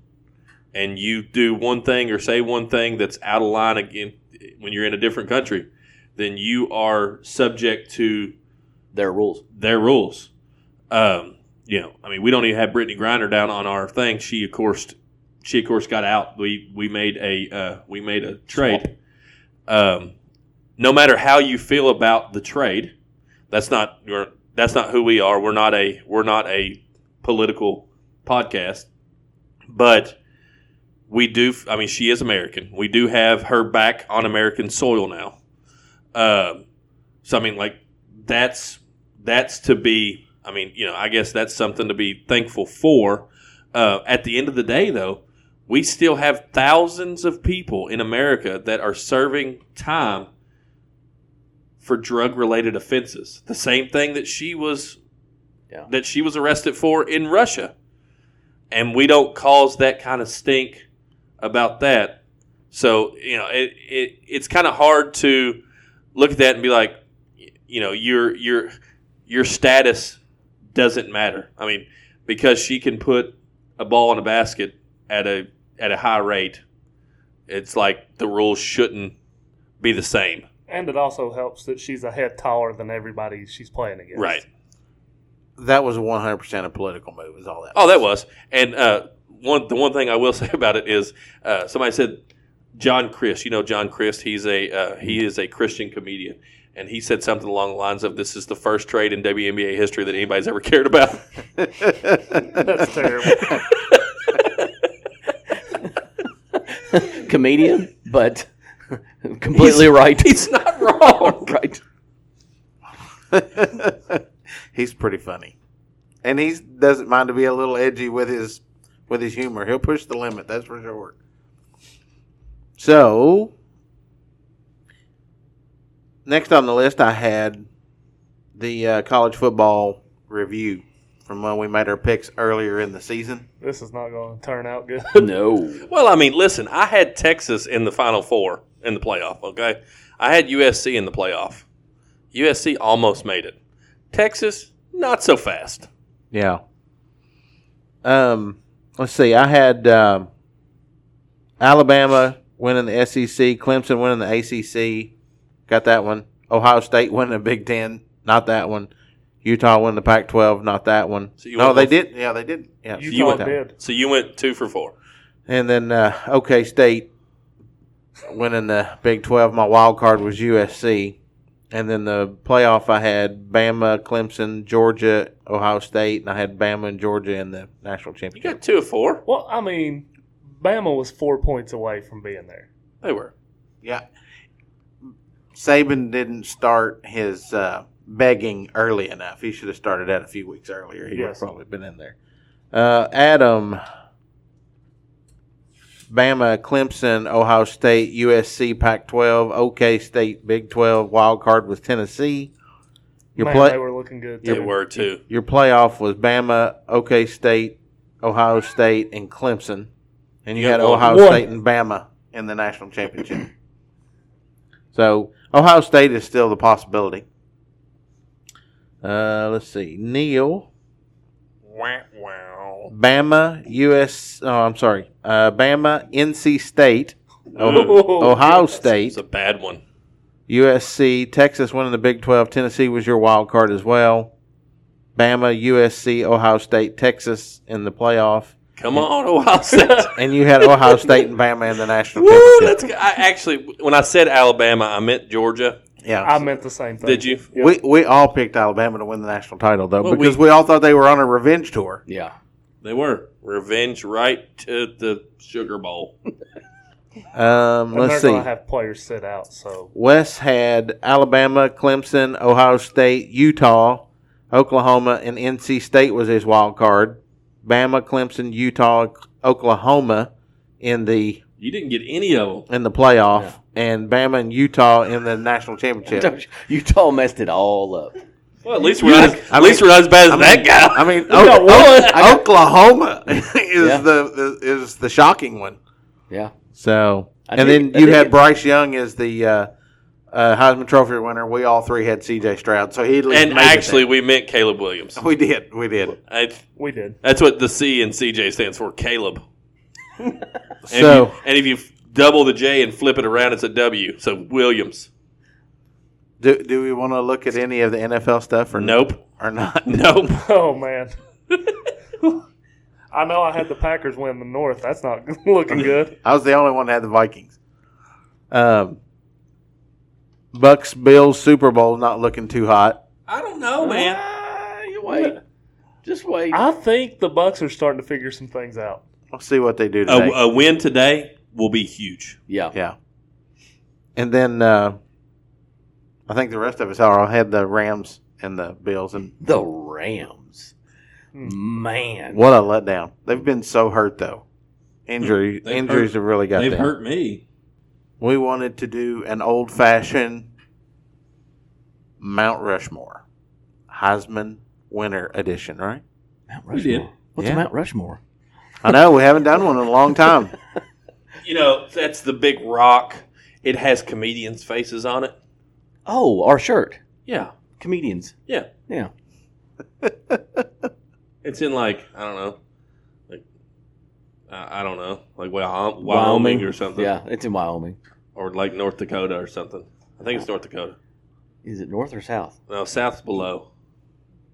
S4: and you do one thing or say one thing that's out of line again when you're in a different country, then you are subject to
S6: their rules.
S4: their rules. Um, you know, I mean, we don't even have Brittany Griner down on our thing. She, of course, she of course got out. We we made a uh, we made a trade. Um, no matter how you feel about the trade, that's not we're- that's not who we are. We're not a we're not a political podcast, but we do. I mean, she is American. We do have her back on American soil now. Um, so I mean, like that's that's to be. I mean, you know, I guess that's something to be thankful for. Uh, at the end of the day, though, we still have thousands of people in America that are serving time for drug-related offenses. The same thing that she was
S6: Yeah.
S4: that she was arrested for in Russia, and we don't cause that kind of stink about that. So you know, it, it it's kind of hard to look at that and be like, y- you know, your your your status doesn't matter. I mean, because she can put a ball in a basket at a at a high rate, it's like the rules shouldn't be the same,
S5: And it also helps that she's a head taller than everybody she's playing against.
S4: right?
S3: That was 100% a political move, is all that.
S4: Oh, that was. And uh, one the one thing I will say about it is uh, somebody said John Christ. You know John Christ. He's a uh, he is a Christian comedian, and he said something along the lines of, "This is the first trade in WNBA history that anybody's ever cared about."
S3: Oh.
S5: That's terrible.
S6: Comedian, but completely right. He's not wrong. right.
S3: he's pretty funny, and he doesn't mind to be a little edgy with his with his humor. He'll push the limit, that's for sure. So, next on the list, I had the uh, college football review from when we made our picks earlier in the season.
S5: this is not going to turn out good.
S6: No.
S4: Well, I mean, listen, I had Texas in the Final Four in the playoff, okay? I had USC in the playoff. USC almost made it. Texas, not so fast.
S3: Yeah. Um, let's see. I had um, Alabama winning the SEC, Clemson winning the ACC. Got that one. Ohio State winning the Big Ten. Not that one. Utah winning the Pac-12. Not that one.
S4: So you
S3: no,
S4: went
S3: they
S4: off-
S3: did. Yeah, they did. Yeah,
S5: Utah
S4: you went
S3: that.
S5: did.
S4: So you went two for four.
S3: And then uh, OK State winning the Big 12. My wild card was USC. And then the playoff I had Bama, Clemson, Georgia, Ohio State, and I had Bama and Georgia in the national
S4: You
S3: championship.
S4: got two of four.
S5: Well, I mean, Bama was four points away from being there.
S4: They were.
S3: Yeah. Saban didn't start his uh, begging early enough. He should have started out a few weeks earlier. He would have
S5: Yes.
S3: probably been in there. Uh, Adam, Bama, Clemson, Ohio State, USC, Pac-12, OK State, Big 12, wild card was Tennessee. Your
S5: Man,
S3: play,
S5: they were looking good.
S4: They
S5: Too.
S4: were too.
S3: your playoff was Bama, OK State, Ohio State, and Clemson, and you
S4: Yeah,
S3: had
S4: well,
S3: Ohio
S5: one.
S3: State and Bama in the national championship. so Ohio State is still the possibility. Uh, let's see, Neil, Bama, US. Oh, I'm sorry, uh, Bama, NC State,
S4: Ooh,
S3: Ohio State,
S4: it's a bad one.
S3: USC, Texas winning the Big 12. Tennessee was your wild card as well. Bama, USC, Ohio State, Texas in the playoff.
S4: Come on, Ohio State.
S3: And you had Ohio State and Bama in the national
S4: Woo,
S3: championship.
S4: let's go. I actually, when I said Alabama, I meant Georgia.
S3: Yeah.
S5: I meant the same thing.
S4: Did you?
S5: Yeah.
S3: We, we all picked Alabama to win the national title, though,
S4: Well,
S3: because we, all thought they were on a revenge tour.
S6: Yeah.
S4: They were revenge right to the Sugar Bowl.
S3: Um,
S5: And they're
S3: let's see.
S5: going to have players sit out. So
S3: Wes had Alabama, Clemson, Ohio State, Utah, Oklahoma, and NC State was his wild card. Bama, Clemson, Utah, Oklahoma in the
S4: You didn't get any of them.
S3: in the playoff and Bama and Utah in the national championship.
S6: Utah messed it all up.
S4: Well, at least we're not.
S3: I
S4: at least
S3: mean-
S4: we're not as bad as
S3: mean-
S4: that guy.
S3: I mean,
S6: got
S3: Oka-
S6: one.
S3: Oka-
S6: I got-
S3: Oklahoma is
S6: Yeah.
S3: the is the shocking one.
S6: Yeah.
S3: So,
S6: I
S3: and
S6: dig
S3: then
S6: it. I
S3: you
S6: dig
S3: had
S6: it.
S3: Bryce Young as the uh, uh, Heisman Trophy winner. We all three had C.J. Stroud, so he at least
S4: And
S3: made it
S4: actually, we meant Caleb Williams.
S3: there. we did, we did.
S4: I,
S5: we did.
S4: that's what the C in CJ stands for, Caleb. And
S3: So,
S4: if you, and if you f- double the J and flip it around, it's a W. So Williams.
S3: do, do we want to look at any of the NFL stuff or
S4: Nope.
S3: or not?
S4: Nope.
S5: Oh man. I know I had the Packers win the North. That's not looking good.
S3: I was the only one that had the Vikings. Um, Bucks Bills Super Bowl not looking too hot.
S4: I don't know,
S6: Ah, you wait. Just wait.
S5: I think the Bucks are starting to figure some things out.
S3: We'll see what they do
S4: A,
S3: today.
S4: a win today will be huge.
S6: yeah.
S3: Yeah. And then uh, I think the rest of us are. I had the Rams and the Bills, and
S6: The Rams.
S5: Hmm.
S6: Man.
S3: what a letdown! They've been so hurt though. Injury
S4: They've
S3: injuries
S4: hurt.
S3: have really got
S4: They've
S3: them.
S4: hurt me.
S3: We wanted to do an old fashioned Mount Rushmore Heisman winner edition, right?
S6: Mount
S4: We did.
S6: Rushmore. What's
S3: Yeah.
S6: a Mount Rushmore?
S3: I know we haven't done one in a long time.
S4: You know, that's the big rock. It has comedians' faces on it.
S6: Oh, our shirt.
S4: Yeah.
S6: Comedians.
S4: Yeah.
S6: Yeah.
S4: It's in like, I don't know. Like I I don't know, like Wa- Wyoming, or something,
S6: Yeah, it's in Wyoming.
S4: or like North Dakota or something. I think it's North Dakota.
S6: Is it north or south?
S4: No, South's below.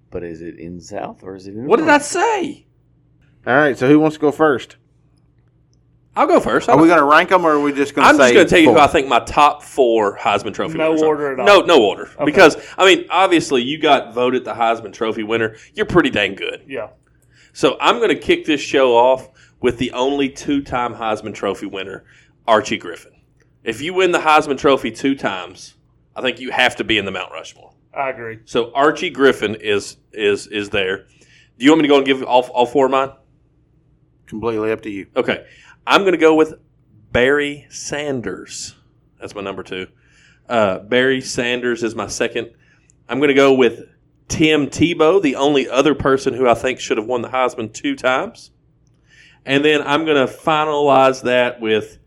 S6: But is it in south or is it in
S4: What did I
S6: north?
S4: say?
S3: All right, so who wants to go first?
S4: I'll go first.
S3: Are we going to rank them, or are we just going to
S4: I'm
S3: say?
S4: just going to tell you who
S3: four?
S4: I think my top four Heisman Trophy
S5: No
S4: winners are.
S5: order at all.
S4: No, no order.
S5: Okay.
S4: Because, I mean, obviously, you got voted the Heisman Trophy winner. You're pretty dang good.
S5: Yeah.
S4: So I'm going to kick this show off with the only two time Heisman Trophy winner, Archie Griffin. If you win the Heisman Trophy two times, I think you have to be in the Mount Rushmore.
S5: I agree.
S4: So Archie Griffin is is is there. Do you want me to go and give all, all four of mine?
S3: completely up to you.
S4: Okay. I'm going to go with Barry Sanders. That's my number two. Uh, Barry Sanders is my second. I'm going to go with Tim Tebow, the only other person who I think should have won the Heisman two times. And then I'm going to finalize that with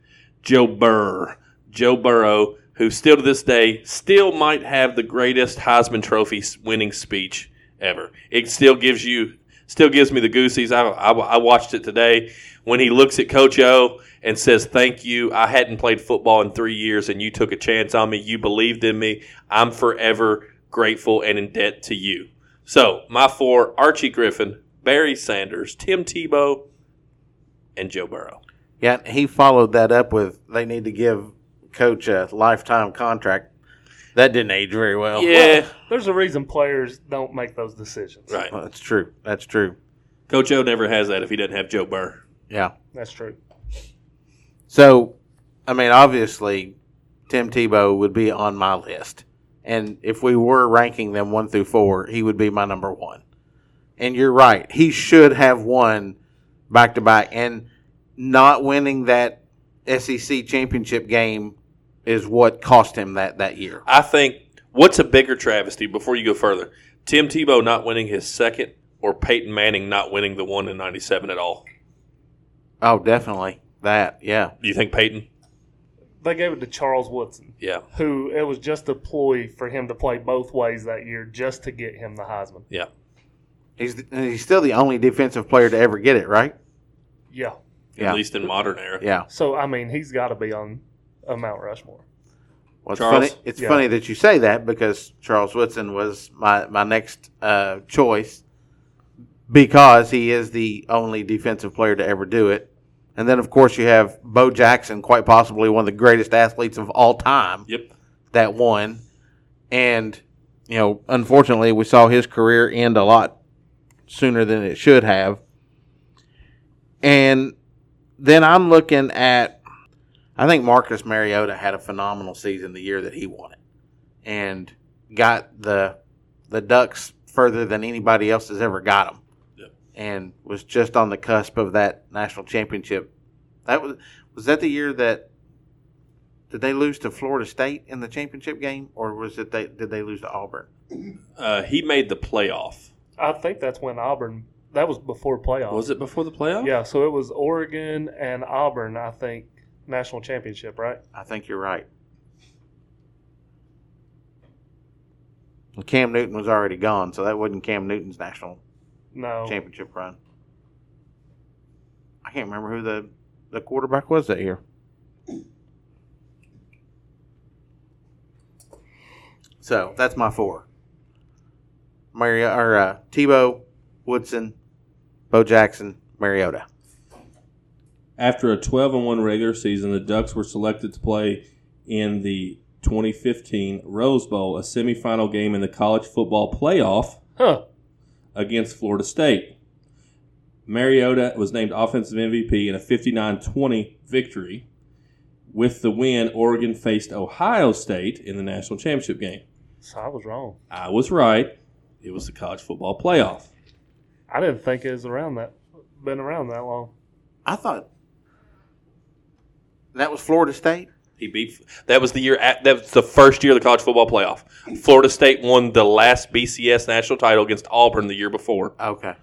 S4: Joe Burr. Joe Burrow, who still to this day still might have the greatest Heisman Trophy s- winning speech ever. It still gives you, still gives me the goosies. I, I, I watched it today when he looks at Coach O and says, "Thank you. I hadn't played football in three years, and you took a chance on me. You believed in me. I'm forever grateful and in debt to you." So my four: Archie Griffin, Barry Sanders, Tim Tebow, and Joe Burrow.
S3: Yeah, he followed that up with they need to give coach a lifetime contract. That didn't age very Oh, well.
S4: Yeah,
S5: There's a reason players don't make those decisions.
S4: right.
S3: Well, that's true. That's true.
S4: Coach O never has that if he doesn't have Joe Burr.
S3: Yeah.
S5: That's true.
S3: So, I mean, obviously, Tim Tebow would be on my list, And if we were ranking them one through four, he would be my number one. And you're right. He should have won back to back. And not winning that SEC championship game is what cost him that, that year.
S4: I think what's a bigger travesty before you go further? Tim Tebow not winning his second or Peyton Manning not winning the one in 97 at all?
S3: Oh, definitely. That, yeah.
S4: Do you think Peyton?
S5: They gave it to Charles Woodson,
S4: Yeah.
S5: who it was just a ploy for him to play both ways that year just to get him the Heisman.
S3: He's, and he's still the only defensive player to ever get it, right?
S5: Yeah.
S3: Yeah.
S4: At least in modern era.
S3: Yeah.
S5: So, I mean, he's got to be on a Mount Rushmore.
S3: Well, it's
S4: Charles?
S3: funny. It's
S5: Yeah.
S3: funny that you say that because Charles Woodson was my my next uh, choice because he is the only defensive player to ever do it. And then, of course, you have Bo Jackson, quite possibly one of the greatest athletes of all time.
S4: Yep.
S3: That one, and you know, unfortunately, we saw his career end a lot sooner than it should have. And then I'm looking at I think Marcus Mariota had a phenomenal season the year that he won it, and got the the Ducks further than anybody else has ever got them,
S4: Yep.
S3: and was just on the cusp of that national championship. That was was that the year that did they lose to Florida State in the championship game, or was it they did they lose to Auburn?
S4: Uh, he made the playoff.
S5: I think that's when Auburn, that was before playoffs.
S4: Was it before the playoff?
S5: Yeah, so it was Oregon and Auburn, I think, national championship, right?
S3: I think you're right. And Cam Newton was already gone, so that wasn't Cam Newton's national
S5: No.
S3: championship run. I can't remember who the, the quarterback was that year. So that's my four. Mario or uh, Tebow, Woodson, Bo Jackson, Mariota.
S8: After a 12 and 1 regular season, the Ducks were selected to play in the 2015 Rose Bowl, a semifinal game in the college football playoff
S5: Huh.
S8: against Florida State. Mariota was named offensive MVP in a 59 20 victory. With the win, Oregon faced Ohio State in the national championship game.
S5: So I was wrong.
S8: I was right. It was the college football playoff.
S5: I didn't think it was around that, been around that long.
S3: I thought that was Florida State.
S4: He beat. That was the year. At, that was the first year of the college football playoff. Florida State won the last BCS national title against Auburn the year before,
S3: Okay.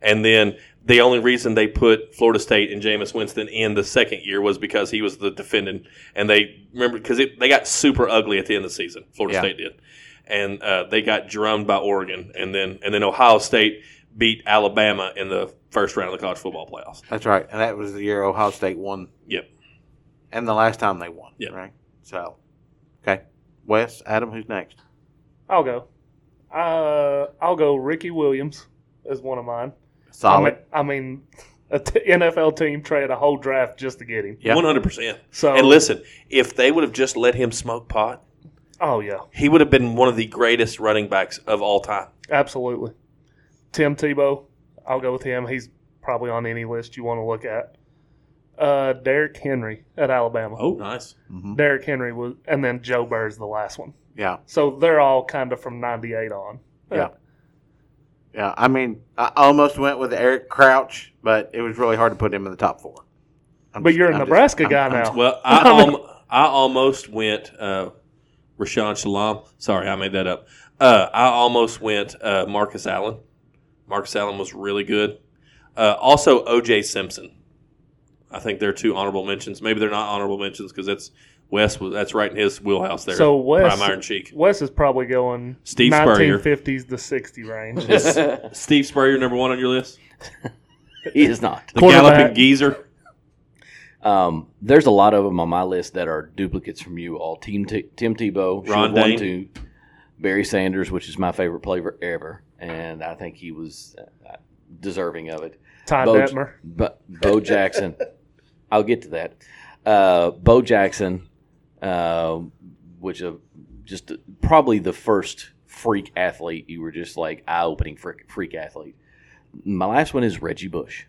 S4: and then the only reason they put Florida State and Jameis Winston in the second year was because he was the defendant, and they remember because they got super ugly at the end of the season. Florida
S3: Yeah.
S4: State did, and uh, they got drummed by Oregon, and then and then Ohio State beat Alabama in the first round of the college football playoffs.
S3: That's right. And that was the year Ohio State won.
S4: Yep.
S3: And the last time they won.
S4: Yep.
S3: Right. So, okay. Wes, Adam, who's next?
S5: I'll go. Uh, I'll go Ricky Williams as one of mine. I
S3: Solid.
S5: mean, I mean a t- NFL team traded a whole draft just to get him.
S3: Yeah.
S4: One hundred percent.
S5: So,
S4: And listen, if they would have just let him smoke pot.
S5: oh yeah,
S4: he would have been one of the greatest running backs of all time.
S5: absolutely. Tim Tebow, I'll go with him. He's probably on any list you want to look at. Uh, Derrick Henry at Alabama.
S4: Oh, nice.
S3: Mhm.
S5: Derrick Henry was, and then Joe Burr's the last one.
S3: Yeah,
S5: So they're all kind of from '98 on.
S3: Yeah. yeah. I mean, I almost went with Eric Crouch, but it was really hard to put him in the top four. I'm
S5: But
S3: just-
S5: you're a
S3: I'm just-
S5: Nebraska
S3: I'm-
S5: guy
S3: I'm-
S5: now.
S4: Well, I al- I almost went uh, Rashawn Shalom. Sorry, I made that up. Uh, I almost went uh, Marcus Allen. Marcus Allen was really good. Uh, also, O.J. Simpson. I think they're two honorable mentions. Maybe they're not honorable mentions because that's Wes. was- That's right in his wheelhouse there.
S5: so Wes,
S4: prime iron cheek.
S5: Wes is probably going
S4: Steve Spurrier.
S5: 1950s to 60 range.
S6: he
S4: Steve Spurrier, number one on your list.
S6: is not.
S4: The
S5: Quarterback.
S4: galloping geezer.
S6: Um, there's a lot of them on my list that are duplicates from you all. Team T- Tim Tebow, should
S4: Ron
S6: have won
S4: Dane.
S6: two. Barry Sanders, which is my favorite player ever, and I think he was uh, deserving of it.
S5: Ty
S6: Bo-
S5: Detmer.
S6: But Bo Jackson, I'll get to that. Uh, Bo Jackson, uh, which uh, just probably the first freak athlete you were just like eye opening freak, freak athlete. My last one is Reggie Bush.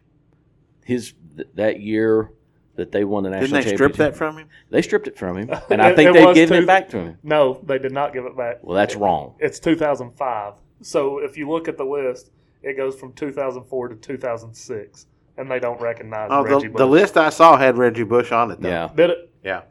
S6: His th- that year that they won the national
S3: Didn't they
S6: championship.
S3: strip that from him?
S6: They stripped it from him, and I
S5: It-
S6: think
S5: it
S6: they've
S5: was
S6: given
S5: two-
S6: it back to him.
S5: No, they did not give it back.
S6: Well, that's wrong.
S5: It's 2005. So if you look at the list, it goes from 2004 to 2006, and they don't recognize
S3: Oh,
S5: Reggie
S3: the,
S5: Bush.
S3: the list I saw had Reggie Bush on it. Though.
S6: Yeah.
S5: Did it?
S3: yeah.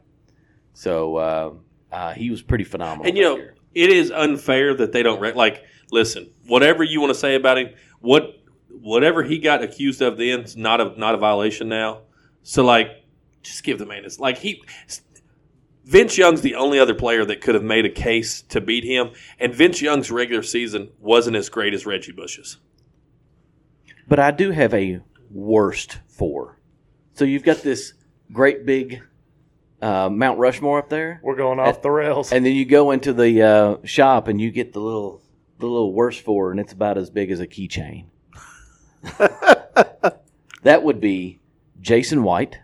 S6: So uh, uh, he was pretty phenomenal.
S4: And you
S6: that
S4: know,
S6: year.
S4: it is unfair that they don't rec- like. Listen, whatever you want to say about him, what whatever he got accused of then is not a not a violation now. So like, just give the man his like he. Vince Young's the only other player that could have made a case to beat him, and Vince Young's regular season wasn't as great as Reggie Bush's.
S6: But I do have a worst four. So you've got this great big uh, Mount Rushmore up there,
S5: We're going off the rails.
S6: and then you go into the uh, shop and you get the little the little worst four, and it's about as big as a keychain. that would be Jason White,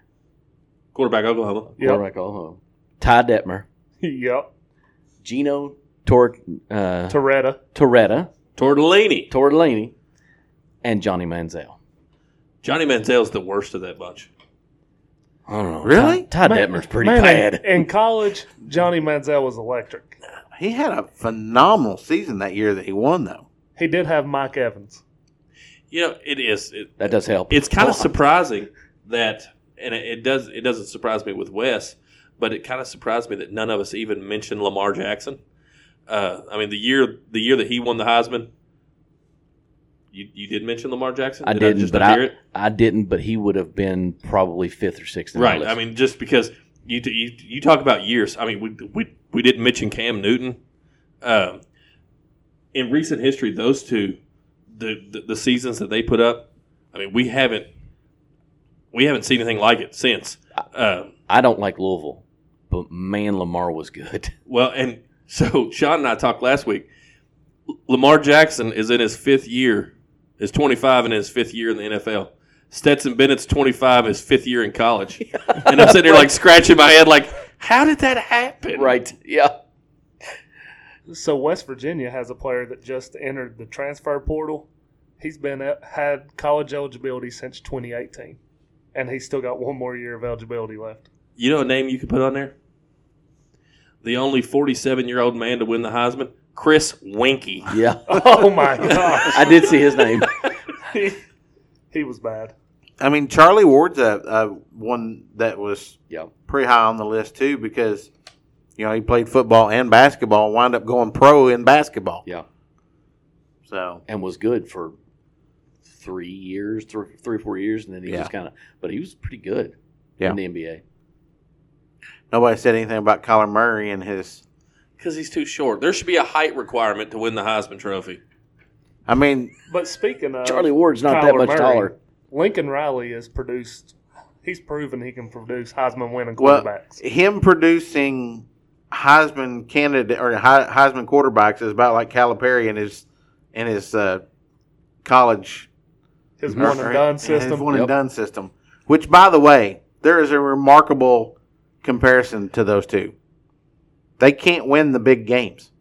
S4: Quarterback Oklahoma,
S5: yep.
S6: quarterback Oklahoma, Ty Detmer,
S5: yep.
S6: Gino Tor- uh,
S5: Toretta.
S6: Toretta,
S4: Tortellini,
S6: Tortellini, and Johnny Manziel.
S4: Johnny Manziel's the worst of that bunch.
S6: I don't know.
S3: Really?
S6: Ty, Ty
S5: Man-
S6: Detmer's pretty
S5: man,
S6: bad.
S5: In, in college, Johnny Manziel was electric.
S3: He had a phenomenal season that year that he won, though.
S5: He did have Mike Evans.
S4: You know, it is. It,
S6: that does help.
S4: it's kind
S6: Well,
S4: of surprising that, and it, it does. It doesn't surprise me with Wes, but it kind of surprised me that none of us even mentioned Lamar Jackson. Uh, I mean, the year the year that he won the Heisman, you you did mention Lamar Jackson.
S6: I
S4: Did
S6: didn't,
S4: just
S6: but
S4: not
S6: I,
S4: hear it?
S6: I didn't. But he would have been probably fifth or sixth. in my
S4: right.
S6: list.
S4: I mean, just because you you you talk about years. I mean, we we we didn't mention Cam Newton. Um, in recent history, those two, the, the the seasons that they put up, I mean, we haven't we haven't seen anything like it since. Um,
S6: I don't like Louisville, but man, Lamar was good.
S4: Well, and so Sean and I talked last week. L- Lamar Jackson is in his fifth year, is 25 and in his fifth year in the NFL. Stetson Bennett's 25, his fifth year in college. And I'm sitting here like scratching my head, like, how did that happen?
S6: right? Yeah.
S5: So West Virginia has a player that just entered the transfer portal. He's been at, had college eligibility since 2018, and he's still got one more year of eligibility left.
S4: You know a name you could put on there? The only 47 year old man to win the Heisman? Chris Winky.
S6: Yeah.
S5: Oh my gosh,
S6: I did see his name.
S5: he was bad.
S3: I mean, Charlie Ward's a, a one that was
S6: Yeah.
S3: pretty high on the list too because you know he played football and basketball, and wound up going pro in basketball.
S6: Yeah.
S3: So
S6: And was good for three years, three, three or four years, and then he
S3: Yeah.
S6: just kind of. But he was pretty good.
S3: Yeah.
S6: In the NBA.
S3: nobody said anything about Kyler Murray and his.
S4: Because he's too short. There should be a height requirement to win the Heisman Trophy.
S3: I mean,
S5: But speaking of
S6: Charlie Ward's not that
S5: Uh, Kyler
S6: much
S5: Murray.
S6: taller.
S5: Lincoln Riley has produced. He's proven he can produce Heisman winning
S3: well,
S5: quarterbacks.
S3: him producing Heisman candidate or Hei- Heisman quarterbacks is about like Calipari and his and his uh, college
S5: His one and done
S3: His
S5: system.
S3: one
S6: Yep.
S3: and done system. Which, by the way, there is a remarkable comparison to those two. They can't win the big games.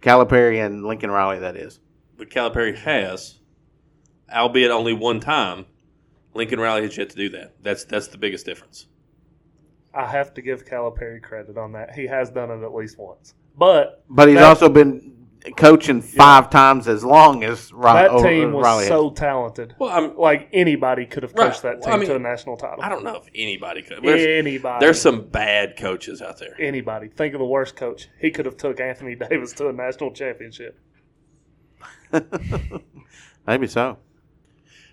S3: Calipari and Lincoln Riley, that is.
S4: But Calipari has, albeit only one time. Lincoln Riley has yet to do that. That's that's the biggest difference.
S5: I have to give Calipari credit on that. He has done it at least once. But
S3: But he's
S5: That-
S3: also been coaching five times as long as Ri-
S5: that
S3: or-
S5: team was
S3: Riley. has.
S5: so talented.
S4: Well, I'm,
S5: Like anybody could have coached
S4: Right.
S5: that team
S4: Well, I
S5: to a
S4: mean,
S5: national title.
S4: I don't know if anybody could. There's,
S5: Anybody.
S4: there's some bad coaches out there.
S5: anybody. Think of the worst coach. He could have took Anthony Davis to a national championship.
S3: Maybe so.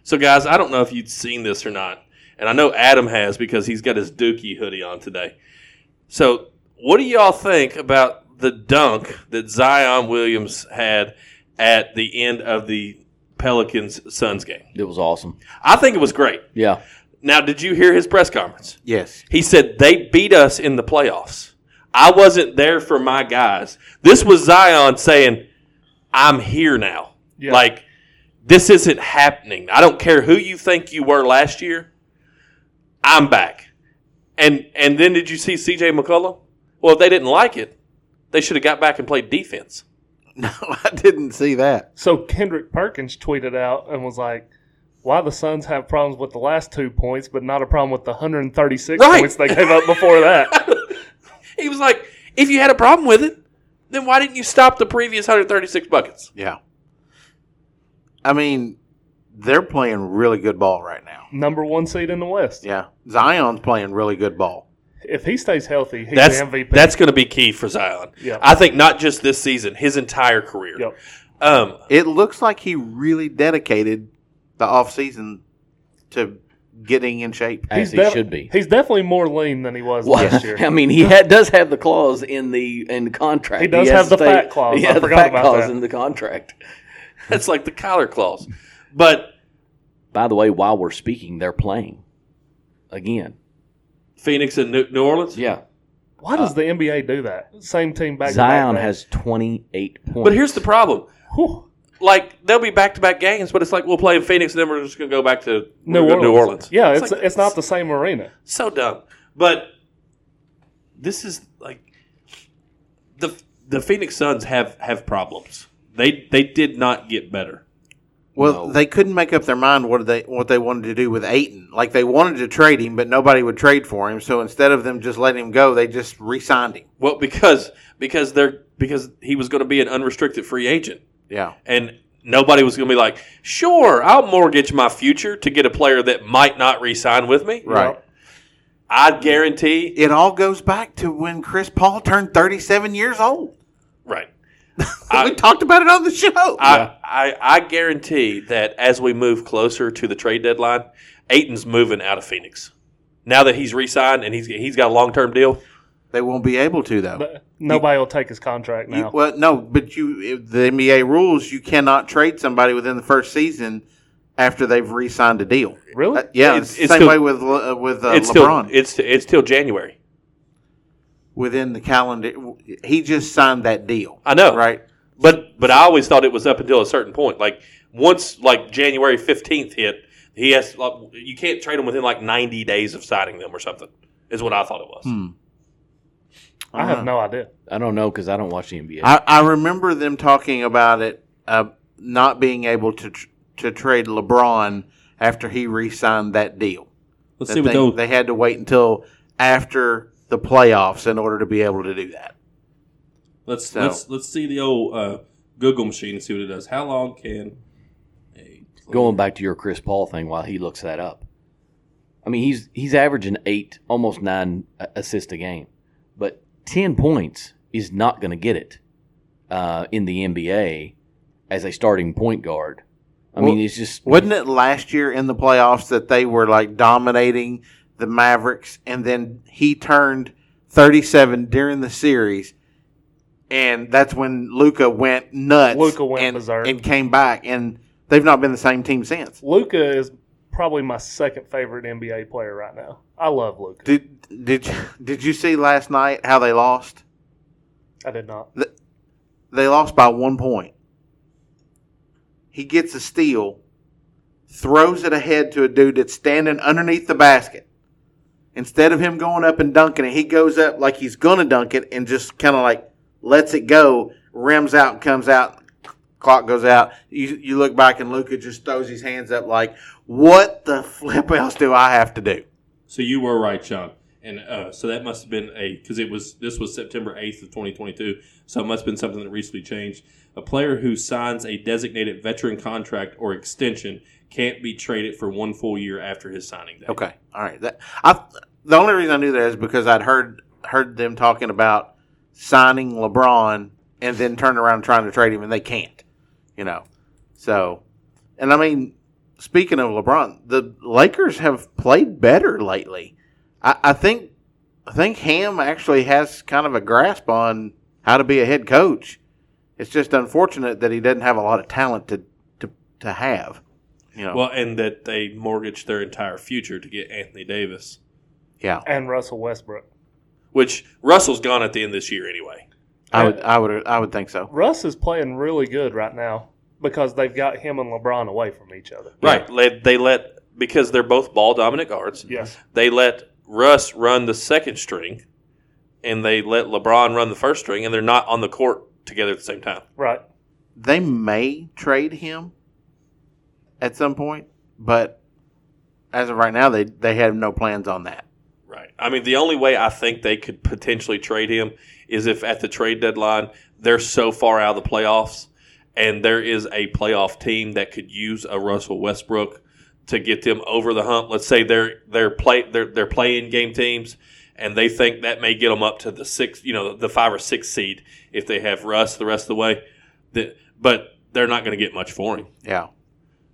S4: So, guys, I don't know if you've seen this or not, and I know Adam has because he's got his Dookie hoodie on today. So, what do y'all think about the dunk that Zion Williams had at the end of the Pelicans Suns game?
S6: It was awesome.
S4: I think it was great.
S6: Yeah.
S4: Now, did you hear his press conference?
S3: Yes.
S4: He said they beat us in the playoffs. I wasn't there for my guys. This was Zion saying, "I'm here now.
S5: Yeah.
S4: Like this isn't happening. I don't care who you think you were last year. I'm back." And and then did you see C.J. McCollum? Well, if they didn't like it, they should have got back and played defense.
S3: No, I didn't see that.
S5: So Kendrick Perkins tweeted out and was like, why the Suns have problems with the last two points, but not a problem with the 136
S7: Right.
S5: points they gave up before that.
S7: he was like, if you had a problem with it, then why didn't you stop the previous 136 buckets?
S3: Yeah. I mean, they're playing really good ball right now.
S5: Number one seed in the West.
S3: Yeah. Zion's playing really good ball.
S5: If he stays healthy, he's
S7: That's
S5: the MVP.
S7: that's going to be key for Zion.
S5: Yeah.
S7: I think not just this season, his entire career.
S5: Yep.
S7: Um,
S3: It looks like he really dedicated the offseason to getting in shape.
S6: as he
S5: def-
S6: should be.
S5: He's definitely more lean than he was
S6: Well,
S5: last year.
S6: I mean, he ha- does have the clause in the in the contract.
S5: He does have
S6: has to
S5: the
S6: stay-
S5: fat clause.
S6: Yeah,
S5: I
S6: the
S5: forgot
S6: fat
S5: about
S6: clause
S5: that.
S6: in the contract.
S7: that's like the collar clause. But
S6: By the way, while we're speaking, they're playing again.
S4: Phoenix and New New Orleans.
S6: Yeah,
S5: Why does the NBA do that? Same team back. to
S6: Zion
S5: back, back.
S6: has twenty eight points.
S7: but here's the problem.
S5: Whew.
S7: Like they'll be back to back games, but it's like we'll play in Phoenix, and then we're just going to go back to
S5: New
S7: we're gonna
S5: Orleans.
S7: go to New Orleans.
S5: Yeah, it's
S7: It's
S5: it's,
S7: like-
S5: not the same arena.
S7: So dumb. But this is like
S4: the the Phoenix Suns have have problems. They they did not get better.
S3: Well,
S6: No.
S3: they couldn't make up their mind what they what they wanted to do with Aiton. Like they wanted to trade him, but nobody would trade for him. So instead of them just letting him go, they just re-signed him.
S4: Well, because because they're because he was going to be an unrestricted free agent,
S3: Yeah,
S4: and nobody was going to be like, sure, I'll mortgage my future to get a player that might not re-sign with me.
S3: right.
S4: I guarantee.
S3: It all goes back to when Chris Paul turned 37 years old.
S4: Right.
S3: we
S4: I-
S3: talked about it on the show.
S4: I, I I guarantee that as we move closer to the trade deadline, Aiton's moving out of Phoenix. Now that he's re-signed and he's he's got a long term deal,
S3: they won't be able to though.
S5: But Nobody will take his contract
S3: You-
S5: now.
S3: well, no, but you if the NBA rules you cannot trade somebody within the first season after they've re-signed a deal.
S5: really?
S3: Uh, yeah,
S4: It's-
S3: it's
S4: it's
S3: same
S4: still-
S3: way with Le- uh, with uh,
S4: it's
S3: LeBron
S4: still it's it's till January.
S3: within the calendar. He just signed that deal,
S4: I know,
S3: right?
S4: But but I always thought it was up until a certain point. Like once like January fifteenth hit, he has like, you can't trade them within like ninety days of signing them or something. Is what I thought it was.
S3: Hmm.
S5: I have no idea.
S6: I don't know because I don't watch the NBA.
S3: I, I remember them talking about it, uh, not being able to tr- to trade LeBron after he re-signed that deal.
S8: Let's
S3: That
S8: see what
S3: they,
S8: those.
S3: they had to wait until after the playoffs in order to be able to do that.
S8: Let's
S3: So-
S8: let's let's see the old uh, Google machine and see what it does. How long can a
S6: Going back to your Chris Paul thing, while he looks that up, I mean he's he's averaging eight, almost nine uh, assists a game, but ten points is not going to get it uh, in the NBA as a starting point guard. I
S3: Well,
S6: mean, it's just
S3: Wasn't it last year in the playoffs that they were like dominating the Mavericks and then he turned 37 during the series and that's when Luca went nuts
S5: Luka went
S3: and,
S5: berserk.
S3: and came back and they've not been the same team since.
S5: Luca is probably my second favorite NBA player right now. I love Luca.
S3: Did did did you see last night how they lost?
S5: I did not.
S3: They lost by 1 point. He gets a steal, throws it ahead to a dude that's standing underneath the basket. Instead of him going up and dunking it, he goes up like he's going to dunk it and just kind of like lets it go, rims out, comes out, clock goes out. You, you look back and Luca just throws his hands up like, what the flip else do I have to do?
S8: So you were right, Sean. And uh, so that must have been a because it was this was September eighth of twenty twenty two. So it must have been something that recently changed. A player who signs a designated veteran contract or extension can't be traded for one full year after his signing day.
S3: Okay, all right. That I the only reason I knew that is because I'd heard heard them talking about signing LeBron and then turn around and trying to trade him and they can't, you know. So, and I mean, speaking of LeBron, the Lakers have played better lately. I, I think I think Ham actually has kind of a grasp on how to be a head coach. It's just unfortunate that he doesn't have a lot of talent to to, to have. You know,
S4: Well, and that they mortgaged their entire future to get Anthony Davis,
S3: yeah.
S5: And Russell Westbrook.
S4: which Russell's gone at the end of this year anyway.
S3: I would I would I would think so.
S5: Russ is playing really good right now because they've got him and LeBron away from each other.
S4: Right? They, they let because they're both ball dominant guards.
S5: Yes.
S4: They let Russ run the second string, and they let LeBron run the first string, and they're not on the court together at the same time.
S5: Right.
S3: they may trade him at some point But as of right now, they they have no plans on that.
S4: Right. I mean, the only way I think they could potentially trade him is if at the trade deadline they're so far out of the playoffs and there is a playoff team that could use a Russell Westbrook to get them over the hump. Let's say they're they're play they're, they're playing game teams and they think that may get them up to the six, you know, the five or six seed if they have Russ the rest of the way. The- But they're not going to get much for him.
S3: Yeah,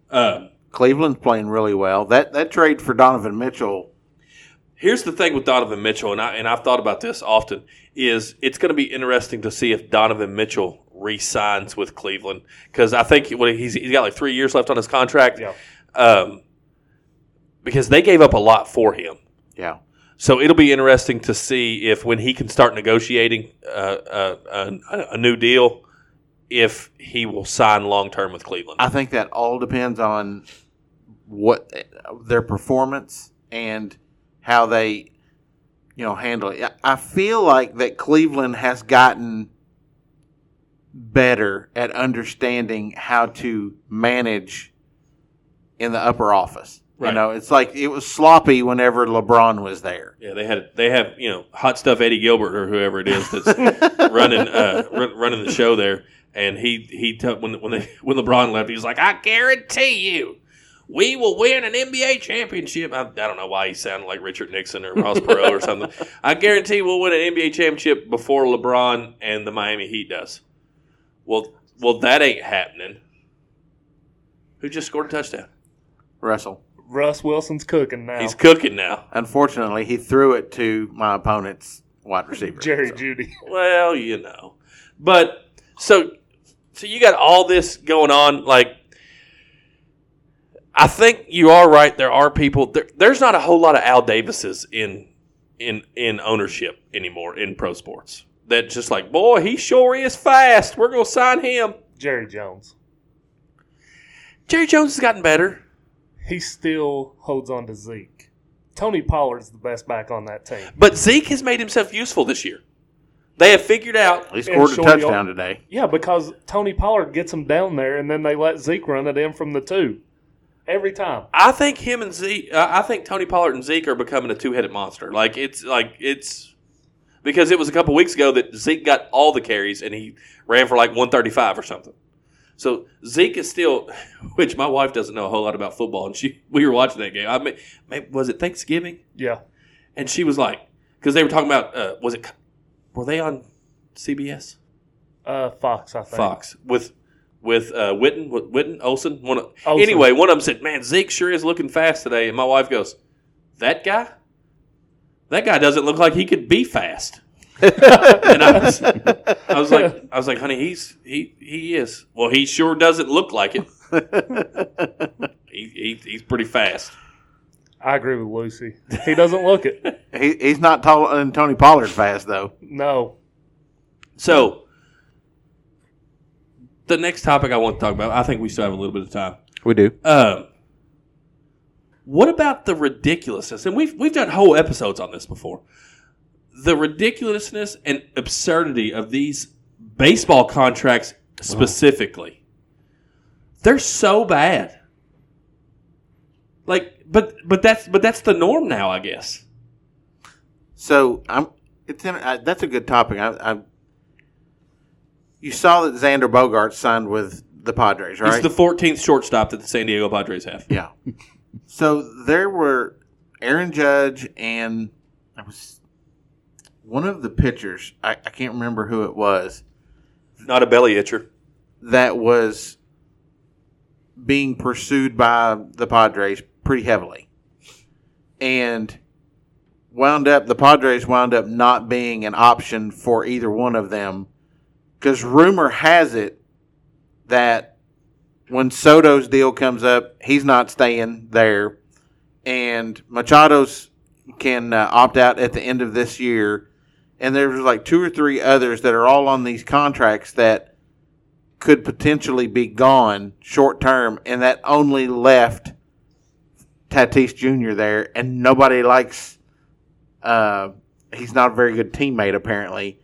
S4: Uh,
S3: Cleveland's playing really well. That that trade for Donovan Mitchell.
S4: Here's the thing with Donovan Mitchell, and I and I've thought about this often, is it's going to be interesting to see if Donovan Mitchell re-signs with Cleveland because I think what he's he's got like three years left on his contract,
S5: Yeah.
S4: um, because they gave up a lot for him.
S3: Yeah,
S4: So it'll be interesting to see if when he can start negotiating uh, uh, a, a new deal, if he will sign long term with Cleveland.
S3: I think that all depends on what their performance and how they, you know, handle it. I- I feel like that Cleveland has gotten better at understanding how to manage in the upper office.
S4: Right.
S3: You know, it's like it was sloppy whenever LeBron was there.
S4: yeah, they had they have you know hot stuff Eddie Gilbert or whoever it is that's running uh, run, running the show there, and he he t- when when they, when LeBron left, he was like, "I guarantee you, we will win an NBA championship." I, I don't know why he sounded like Richard Nixon or Ross Perot or something. I guarantee we'll win an NBA championship before LeBron and the Miami Heat does. Well, well, that ain't happening. Who just scored a touchdown?
S3: Russell.
S5: Russ Wilson's cooking now.
S4: He's cooking now.
S3: Unfortunately, he threw it to my opponent's wide receiver.
S5: Jerry
S3: So,
S5: Judy.
S4: Well, you know, but so so you got all this going on. Like, I think you are right. There are people. There, there's not a whole lot of Al Davises in in in ownership anymore in pro sports. That just like, boy, he sure is fast. We're gonna sign him.
S5: Jerry Jones.
S4: Jerry Jones has gotten better.
S5: He still holds on to Zeke. Tony Pollard's the best back on that team.
S4: But Zeke has made himself useful this year. They have figured out.
S3: He scored a
S5: short yard.
S3: touchdown today.
S5: Yeah, because Tony Pollard gets him down there, and then they let Zeke run at him from the two every time.
S4: I think him and Zeke. Uh, I think Tony Pollard and Zeke are becoming a two-headed monster. Like it's like it's because it was a couple weeks ago that Zeke got all the carries and he ran for like 135 or something. So Zeke is still, which my wife doesn't know a whole lot about football, and she we were watching that game. I mean, maybe, was it Thanksgiving?
S5: Yeah,
S4: And she was like, because they were talking about uh, was it were they on CBS?
S5: uh, Fox, I think.
S4: Fox with with uh, Witten with Witten Olson. One of,
S5: Olsen.
S4: anyway, one of them said, "Man, Zeke sure is looking fast today." And my wife goes, "That guy, that guy doesn't look like he could be fast." and I was, I was like, I was like, "Honey, he's he he is. Well, he sure doesn't look like it. he, he he's pretty fast."
S5: I agree with Lucy. He doesn't look it.
S3: He, he's not taller than Tony Pollard fast though.
S5: No,
S4: So. The next topic I want to talk about, I think we still have a little bit of time.
S3: We do.
S4: Um, what about the ridiculousness? And we've we've done whole episodes on this before. The ridiculousness and absurdity of these baseball contracts specifically. They're so bad. Like, but but that's but that's the norm now, I guess.
S3: So I'm. It's in, I, that's a good topic. I, I. You saw that Xander Bogart signed with the Padres, right?
S4: It's the 14th shortstop that the San Diego Padres have.
S3: yeah. So there were Aaron Judge and I was one of the pitchers. I, I can't remember who it was
S4: Not a belly itcher.
S3: that was being pursued by the Padres pretty heavily, and wound up the Padres wound up not being an option for either one of them because rumor has it that when Soto's deal comes up, he's not staying there, and Machado's can uh, opt out at the end of this year. And there's like two or three others that are all on these contracts that could potentially be gone short term, and that only left Tatis Jr. there, and nobody likes. Uh, he's not a very good teammate apparently,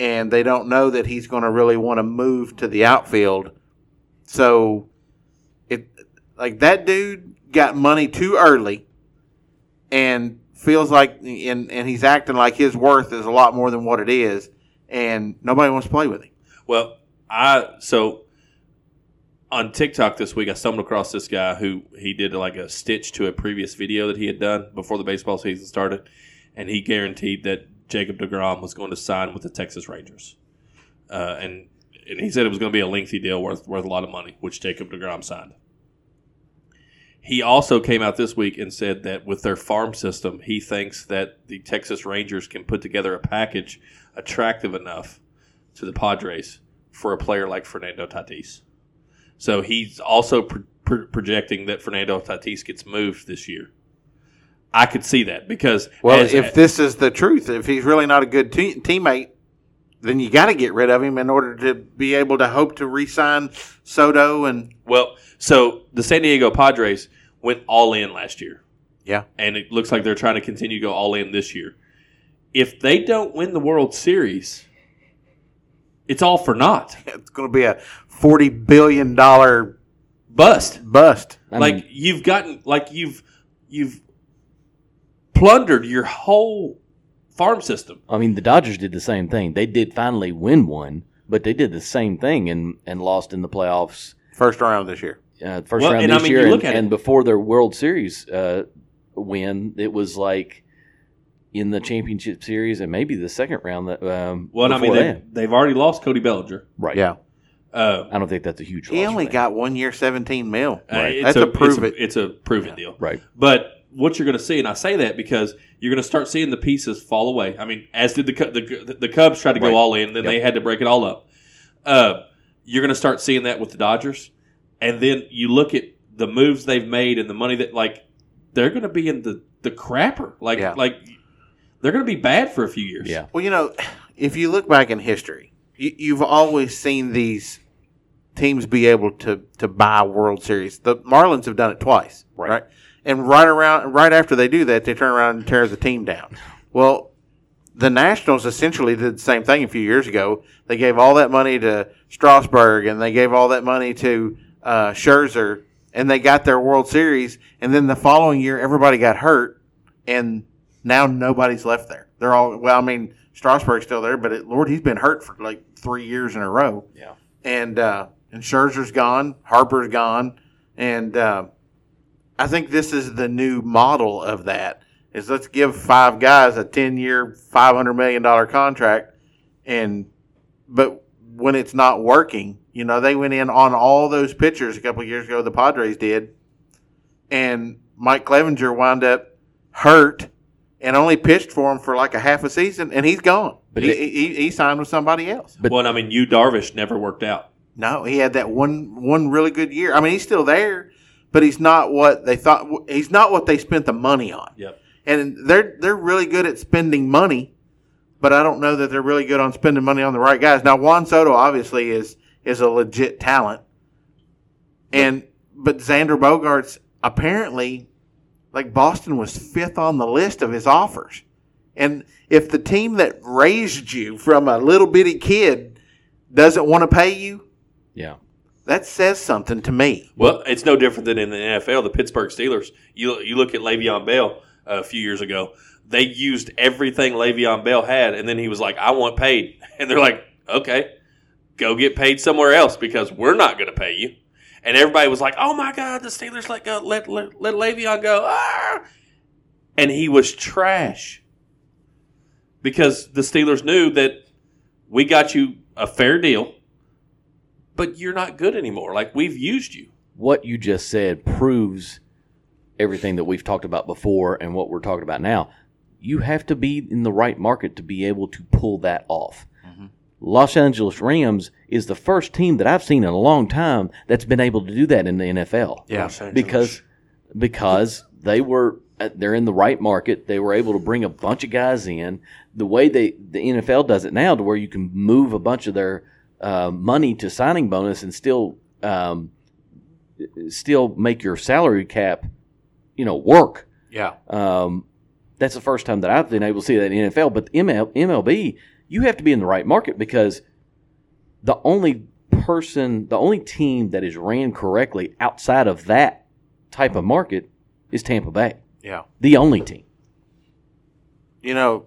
S3: and they don't know that he's going to really want to move to the outfield. So, it like that dude got money too early and feels like and, and he's acting like his worth is a lot more than what it is and nobody wants to play with him.
S4: Well, I so on TikTok this week I stumbled across this guy who he did like a stitch to a previous video that he had done before the baseball season started, and he guaranteed that Jacob DeGrom was going to sign with the Texas Rangers, uh, and and he said it was going to be a lengthy deal worth worth a lot of money, which Jacob DeGrom signed. He also came out this week and said that with their farm system, he thinks that the Texas Rangers can put together a package attractive enough to the Padres for a player like Fernando Tatis. So he's also pr- pr- projecting that Fernando Tatis gets moved this year. I could see that because
S3: Well,
S4: as-
S3: if this is the truth, if he's really not a good te- teammate, then you got to get rid of him in order to be able to hope to re-sign Soto and
S4: Well, so the San Diego Padres went all in last year.
S3: Yeah.
S4: And it looks like they're trying to continue to go all in this year. If they don't win the World Series, it's all for naught.
S3: it's going to be a forty billion dollar
S4: Bust.
S3: bust.
S6: I
S4: like
S6: mean,
S4: you've gotten like you've you've plundered your whole farm system.
S6: I mean, the Dodgers did the same thing. They did finally win one, but they did the same thing and and lost in the playoffs
S3: First round this year.
S6: uh, first
S4: Well,
S6: round
S4: and I
S6: this
S4: mean, you
S6: year, and,
S4: look at it-
S6: and before their World Series uh, win, it was like in the championship series and maybe the second round. That um,
S4: Well, and I mean
S6: before
S4: they,
S6: that.
S4: they've already lost Cody Bellinger.
S6: right?
S3: Yeah,
S4: Uh,
S6: I don't think that's a huge.
S3: he
S6: loss
S3: only
S6: for them.
S3: got one year, seventeen mil.
S4: uh,
S3: That's a, prove it.
S4: It's a prove it deal.
S6: right.
S4: But what you're going to see, and I say that because you're going to start seeing the pieces fall away. I mean, as did the Cu- the, the Cubs tried to
S6: Right.
S4: go all in, and then
S6: Yep.
S4: they had to break it all up. Uh, you're going to start seeing that with the Dodgers, and then you look at the moves they've made and the money that like they're going to be in the the crapper. Like
S3: Yeah.
S4: like they're going to be bad for a few years.
S6: Yeah.
S3: Well, you know, if you look back in history, you, you've always seen these teams be able to to buy World Series. The Marlins have done it twice, right? And right around, right after they do that, they turn around and tear the team down. Well, the Nationals essentially did the same thing a few years ago. They gave all that money to Strasburg, and they gave all that money to uh, Scherzer, and they got their World Series. And then the following year, everybody got hurt, and now nobody's left there. They're all well. I mean, Strasburg's still there, but it, Lord, he's been hurt for like three years in a row.
S6: Yeah.
S3: and uh, and Scherzer's gone, Harper's gone, and uh, I think this is the new model of that. Is let's give five guys a ten year, five hundred million dollar contract, and but when it's not working, you know they went in on all those pitchers a couple of years ago. The Padres did, and Mike Clevenger wound up hurt and only pitched for him for like a half a season, and he's gone.
S6: But
S3: he,
S6: he-
S3: he, he signed with somebody else.
S6: But-
S4: well, and I mean, you Darvish never worked out.
S3: No, he had that one one really good year. I mean, he's still there, but he's not what they thought. He's not what they spent the money on.
S4: Yep.
S3: And they're they're really good at spending money, but I don't know that they're really good on spending money on the right guys. Now Juan Soto obviously is is a legit talent, and but Xander Bogarts apparently, like Boston was fifth on the list of his offers, and if the team that raised you from a little bitty kid doesn't want to pay you,
S6: Yeah.
S3: that says something to me.
S4: Well, it's no different than in the NFL. The Pittsburgh Steelers. You you look at Le'Veon Bell uh, a few years ago. They used everything Le'Veon Bell had, and then he was like, "I want paid," and they're like, "Okay, go get paid somewhere else because we're not going to pay you." And everybody was like, "Oh my God, the Steelers let go, let let, let Le'Veon go," Ah! and he was trash because the Steelers knew that we got you a fair deal, but you're not good anymore. Like we've used you.
S6: what you just said proves everything that we've talked about before and what we're talking about now. You have to be in the right market to be able to pull that off. Los Angeles Rams is the first team that I've seen in a long time that's been able to do that in the NFL.
S3: Yeah.
S6: because because they were they're in the right market. They were able to bring a bunch of guys in. The way they the NFL does it now, to where you can move a bunch of their uh, money to signing bonus and still um, still make your salary cap, you know, work.
S3: Yeah.
S6: Um, that's the first time that I've been able to see that in NFL. But the ML, MLB, you have to be in the right market because the only person, the only team that is ran correctly outside of that type of market is Tampa Bay.
S3: Yeah.
S6: The only team.
S3: You know,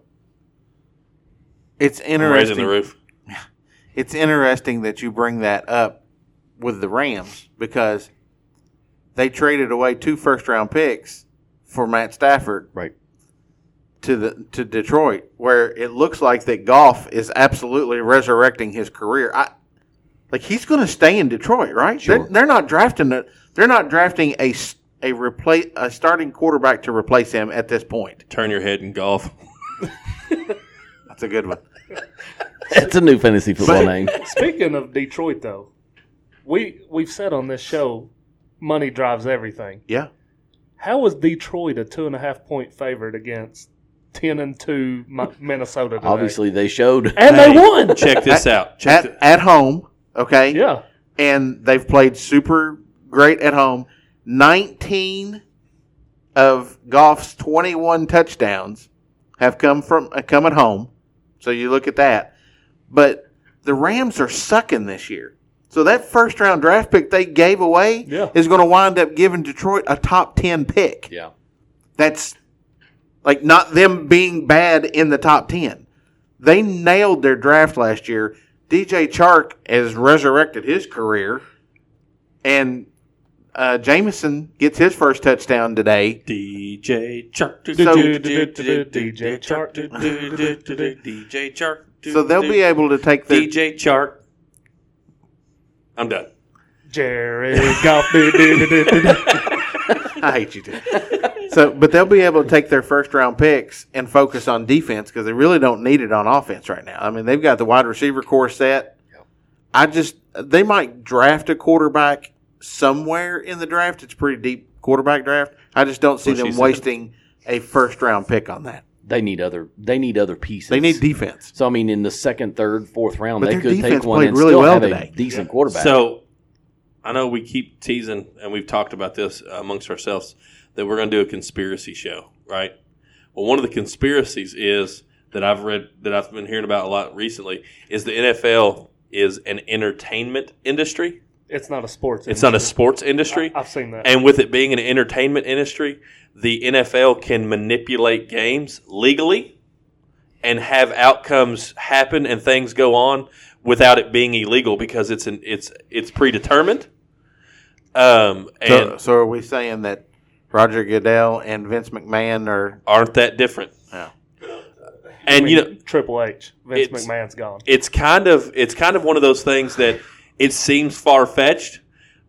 S3: it's
S4: Raising the
S3: interesting.
S4: roof.
S3: it's interesting that you bring that up with the Rams because they traded away two first round picks for Matt Stafford
S6: Right.
S3: to the to Detroit, where it looks like that golf is absolutely resurrecting his career. I like he's going to stay in Detroit, right?
S6: Sure.
S3: They're, they're not drafting a, They're not drafting a s- a replace a starting quarterback to replace him at this point.
S4: Turn your head and golf.
S3: That's a good one.
S6: That's a new fantasy football name.
S5: Speaking of Detroit, though, we we've said on this show, money drives everything.
S3: Yeah.
S5: How is Detroit a two and a half point favorite against ten and two Mi- Minnesota? Today?
S6: Obviously, they showed.
S5: and they won.
S4: Check this out. Check
S3: At, at home, okay?
S5: Yeah,
S3: and they've played super great at home. 19 of Goff's 21 touchdowns have come from uh, come at home. So you look at that. But the Rams are sucking this year. So that first round draft pick they gave away
S5: Yeah.
S3: is going to wind up giving Detroit a top 10 pick.
S6: Yeah.
S3: That's like not them being bad in the top 10. They nailed their draft last year. DJ Chark has resurrected his career, and uh, Jameson gets his first touchdown today.
S4: DJ Chark.
S3: So-
S5: DJ Chark.
S4: DJ Chark.
S3: So they'll be able to take their
S4: DJ Chark. I'm done.
S5: Jerry Goff. do, do, do, do, do.
S3: I hate you too. So, but they'll be able to take their first round picks and focus on defense because they really don't need it on offense right now. I mean, they've got the wide receiver core set. I just they might draft a quarterback somewhere in the draft. It's a pretty deep quarterback draft. I just don't see
S4: What she
S3: them
S4: said.
S3: wasting a first round pick on that.
S6: They need other. They need other pieces.
S3: They need defense.
S6: So I mean, in the second, third, fourth round,
S3: But
S6: they
S3: their
S6: could take
S3: defense
S6: one
S3: played
S6: and
S3: really
S6: still
S3: well
S6: have
S3: today.
S6: a decent quarterback.
S4: So I know we keep teasing, and we've talked about this amongst ourselves that we're going to do a conspiracy show, right? Well, one of the conspiracies is that I've read that I've been hearing about a lot recently is the NFL is an entertainment industry.
S5: It's not a sports.
S4: It's not a sports industry.
S5: I've seen that.
S4: And with it being an entertainment industry, the NFL can manipulate games legally and have outcomes happen and things go on without it being illegal because it's an it's it's predetermined. Um, and
S3: So, so are we saying that Roger Goodell and Vince McMahon are?
S4: aren't that different?
S3: Yeah.
S4: And you know,
S5: Triple H, Vince
S4: it's-
S5: McMahon's gone.
S4: it's kind of it's kind of one of those things that it seems far fetched,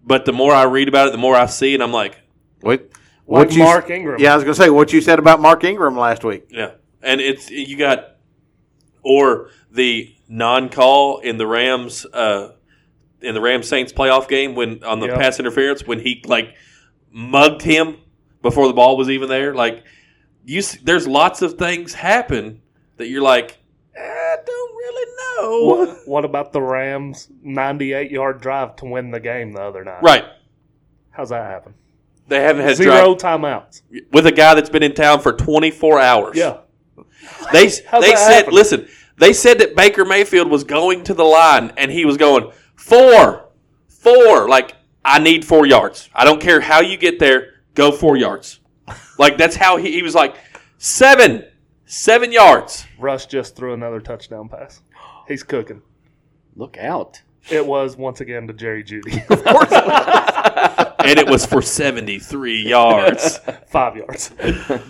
S4: but the more I read about it, the more I see, and I'm like,
S3: What,
S5: Like
S3: what you-
S5: Mark Ingram.
S3: Yeah, I was gonna say what you said about Mark Ingram last week.
S4: Yeah, and it's you got or the non-call in the Rams uh, in the Rams Saints playoff game when on the
S5: Yeah.
S4: pass interference when he like mugged him before the ball was even there. Like you, s- there's lots of things happen that you're like, I don't really know.
S5: What, what about the Rams' 98 yard drive to win the game the other night?
S4: Right?
S5: How's that happen?
S4: They haven't had
S5: Zero
S4: drive
S5: timeouts.
S4: with a guy that's been in town for 24 hours.
S5: Yeah.
S4: They
S5: How's
S4: they
S5: that
S4: said
S5: happen?
S4: listen, they said that Baker Mayfield was going to the line and he was going four, four. Like I need four yards. I don't care how you get there. Go four yards. Like that's how he, he was like seven, seven yards.
S5: Russ just threw another touchdown pass. He's cooking.
S6: look out.
S5: It was once again to Jerry Judy.
S4: And it was for 73 yards.
S5: Five yards.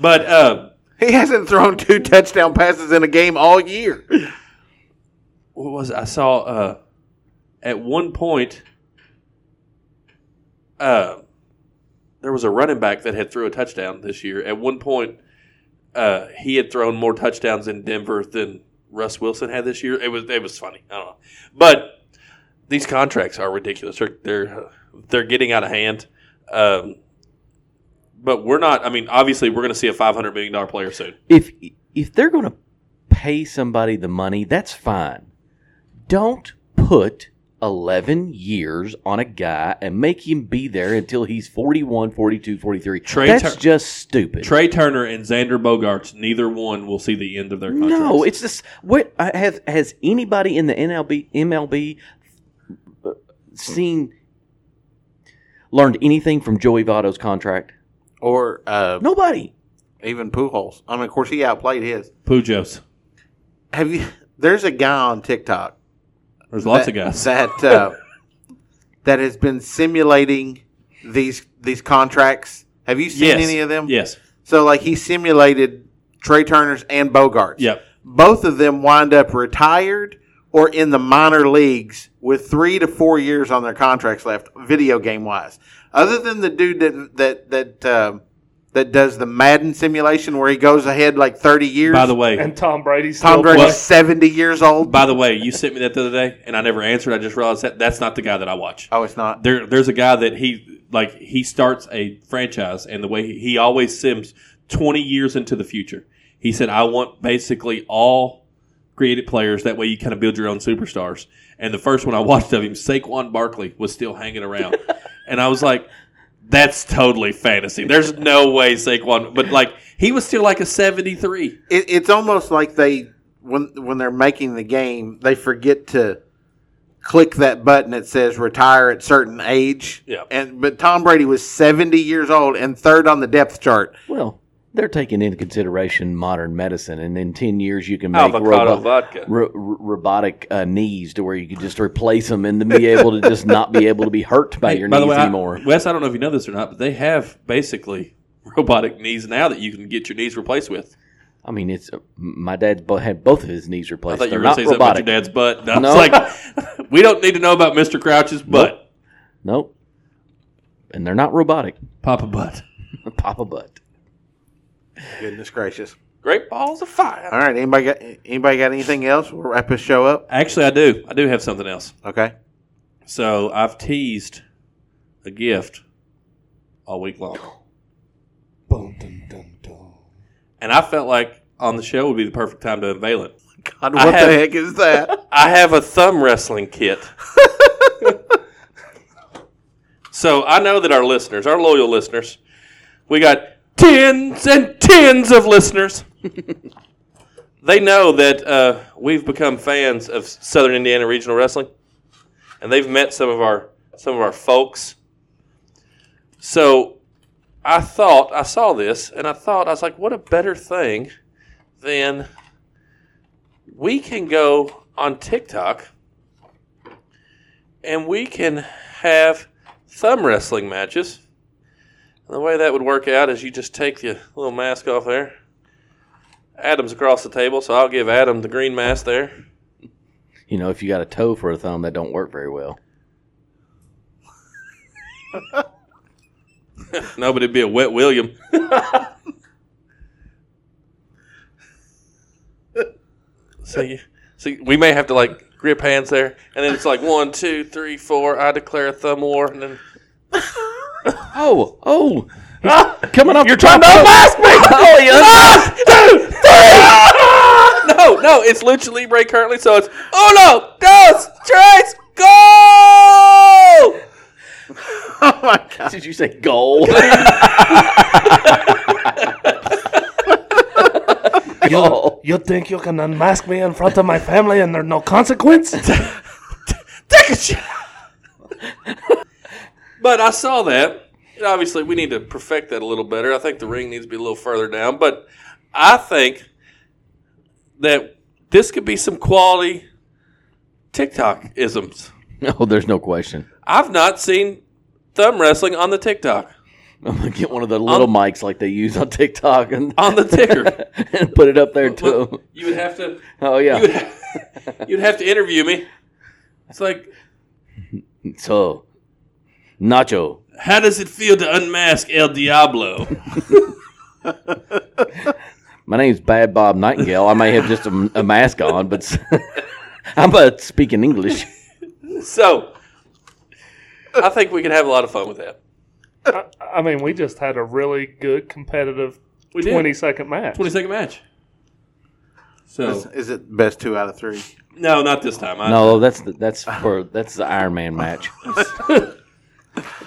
S4: But uh,
S3: He hasn't thrown two touchdown passes in a game all year.
S4: what was it? I saw uh, at one point uh, there was a running back that had threw a touchdown this year. At one point uh, he had thrown more touchdowns in Denver than Russ Wilson had this year. It was it was funny. I don't know. But these contracts are ridiculous. They're they're, they're getting out of hand. Um, but we're not I mean obviously we're going to see a 500 million dollar player soon.
S6: If if they're going to pay somebody the money, that's fine. Don't put 11 years on a guy and make him be there until he's 41, 42, 43.
S4: Trey
S6: that's
S4: Tur-
S6: just stupid.
S4: Trey Turner and Xander Bogarts, neither one will see the end of their contracts.
S6: No, it's just what I have has anybody in the NLB MLB uh, seen learned anything from Joey Votto's contract?
S3: Or uh,
S6: Nobody.
S3: even Pujols. I mean, of course, he outplayed his.
S4: Pujos.
S3: Have you? There's a guy on TikTok
S4: There's lots
S3: that,
S4: of guys.
S3: that uh, that has been simulating these these contracts. Have you seen
S4: Yes.
S3: any of them?
S4: Yes.
S3: So like he simulated Trey Turner's and Bogarts.
S4: Yep.
S3: Both of them wind up retired or in the minor leagues with three to four years on their contracts left, video game wise. Other than the dude that that that um that does the Madden simulation where he goes ahead like thirty years.
S4: By the way,
S5: And Tom Brady's still
S3: Tom Brady's
S4: Well-
S3: seventy years old.
S4: by the way, you sent me that the other day, and I never answered. I just realized that that's not the guy that I watch.
S3: oh, it's not.
S4: There, there's a guy that he like. He starts a franchise, and the way he, he always sims twenty years into the future. He said, "I want basically all created players. That way, you kind of build your own superstars." And the first one I watched of him, Saquon Barkley, was still hanging around, and I was like. That's totally fantasy. There's no way Saquon, but like he was still like a 73.
S3: It, it's almost like they when when they're making the game, they forget to click that button that says retire at certain age.
S4: Yeah.
S3: And but Tom Brady was seventy years old and third on the depth chart.
S6: Well, they're taking into consideration modern medicine, and in ten years you can make
S9: Avocado
S6: robo-
S9: vodka.
S6: ro- ro- robotic uh, knees to where you could just replace them and be able to just not be able to be hurt by
S4: Hey,
S6: your
S4: the
S6: knees
S4: way, I-
S6: anymore.
S4: Wes, I don't know if you know this or not, but they have basically robotic knees now that you can get your knees replaced with.
S6: I mean, it's uh, my dad bo- had both of his knees
S4: I
S6: replaced.
S4: thought you
S6: They're
S4: were going
S6: not
S4: to say something about
S6: robotic.
S4: your dad's butt. And I
S6: No.
S4: was like, we don't need to know about Mr. Crouch's butt.
S6: Nope, and they're not robotic.
S4: Papa butt.
S6: Papa butt.
S3: Goodness gracious!
S4: Great balls of fire.
S3: All right, anybody got anybody got anything else? We'll wrap this show up.
S4: Actually, I do. I do have something else.
S3: Okay.
S4: So I've teased a gift all week long. And I felt like on the show would be the perfect time to unveil it.
S3: God,
S4: I
S3: what
S4: have-
S3: the heck is that?
S9: I have a thumb wrestling kit.
S4: So I know that our listeners, our loyal listeners, we got tens and tens of listeners. they know that uh, we've become fans of Southern Indiana Regional Wrestling, and they've met some of our some of our folks. So I thought I saw this, and I thought I was like, what a better thing than we can go on TikTok and we can have thumb wrestling matches. And the way that would work out is you just take the little mask off there. Adam's across the table, so I'll give Adam the green mask there.
S6: You know, if you got a toe for a thumb, that don't work very well.
S4: No, but it'd be a wet William. so you see, we may have to like grip hands there, and then it's like one, two, three, four. I declare a thumb war, and then
S6: Oh, oh, coming off. You're trying
S4: Ah! to
S6: blast me. oh,
S4: Ah! no, no, it's Lucha Libre currently, so it's uno, dos, tres, go!
S3: oh my God!
S6: Did you say gold?
S5: You, you think you can unmask me in front of my family and there's no consequence?
S4: Take a shot. but I saw that. And Obviously, we need to perfect that a little better. I think the ring needs to be a little further down, but I think that this could be some quality TikTok isms.
S6: no, there's no question.
S4: I've not seen thumb wrestling on the TikTok,
S6: I'm gonna get one of the little mics like they use on TikTok and
S4: on the ticker.
S6: and put it up there too.
S4: you would have to
S6: Oh
S4: you would
S6: yeah.
S4: have, you'd have to interview me. It's like,
S6: So, Nacho,
S4: how does it feel to unmask El Diablo?
S6: my name's Bad Bob Nightingale. I may have just a, a mask on, but s- I'm uh, speaking English.
S4: so, I think we could have a lot of fun with that.
S5: I, I mean, we just had a really good competitive
S4: We did.
S5: twenty second match.
S4: 20 second match.
S3: Is,
S4: So
S3: is it best two out of three?
S4: no, not this time. I,
S6: No, that's the, that's for that's the Iron Man match,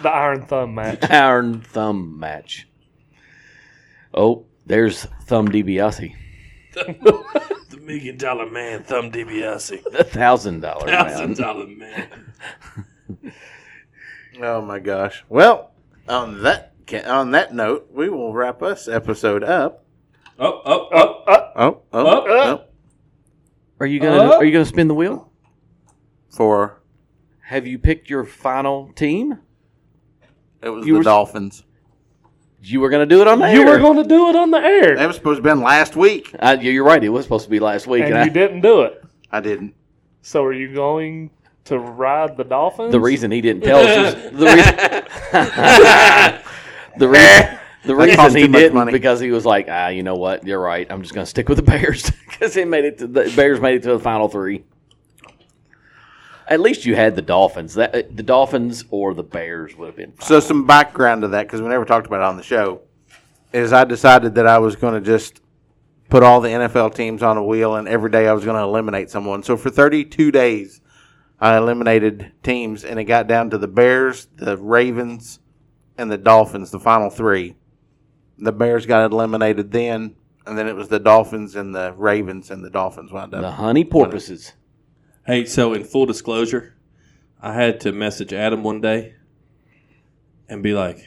S5: The Iron Thumb match.
S6: Iron Thumb match. Oh, there's Thumb DiBiase,
S4: the million dollar man, Thumb DiBiase,
S6: the thousand dollar
S4: thousand
S6: man.
S4: dollar man.
S3: Oh my gosh. Well, on that ca- on that note, we will wrap this episode up.
S8: Up,
S4: oh,
S8: up, up.
S3: Oh, oh,
S8: Up.
S3: oh.
S6: Are you
S5: Oh.
S6: gonna Are you gonna spin the wheel?
S3: For
S6: Have you picked your final team?
S3: it was
S6: You
S3: the
S6: were-
S3: Dolphins.
S6: You were gonna do it on the
S5: You
S6: air.
S5: were going to do it on the air,
S3: That was supposed to have been last week.
S6: I, yeah, you're right. It was supposed to be last week.
S5: and
S6: and I-
S5: you didn't do it.
S3: I didn't.
S5: So are you going to ride the dolphins?
S6: the reason he didn't tell us was the reason. the reason. The
S3: cost
S6: reason he
S3: too much
S6: didn't
S3: money.
S6: because he was like, ah, you know what? You're right. I'm just going to stick with the Bears because they made it to the Bears made it to the final three. At least you had the Dolphins. That uh, the Dolphins or the Bears would have been. Fine.
S3: So some background to that because we never talked about it on the show is I decided that I was going to just put all the NFL teams on a wheel and every day I was going to eliminate someone. So for 32 days I eliminated teams and it got down to the Bears, the Ravens, and the Dolphins, the final 3. The Bears got eliminated then and then it was the Dolphins and the Ravens and the Dolphins wound
S6: the
S3: up.
S6: honey porpoises.
S4: Hey, so in full disclosure, I had to message Adam one day and be like,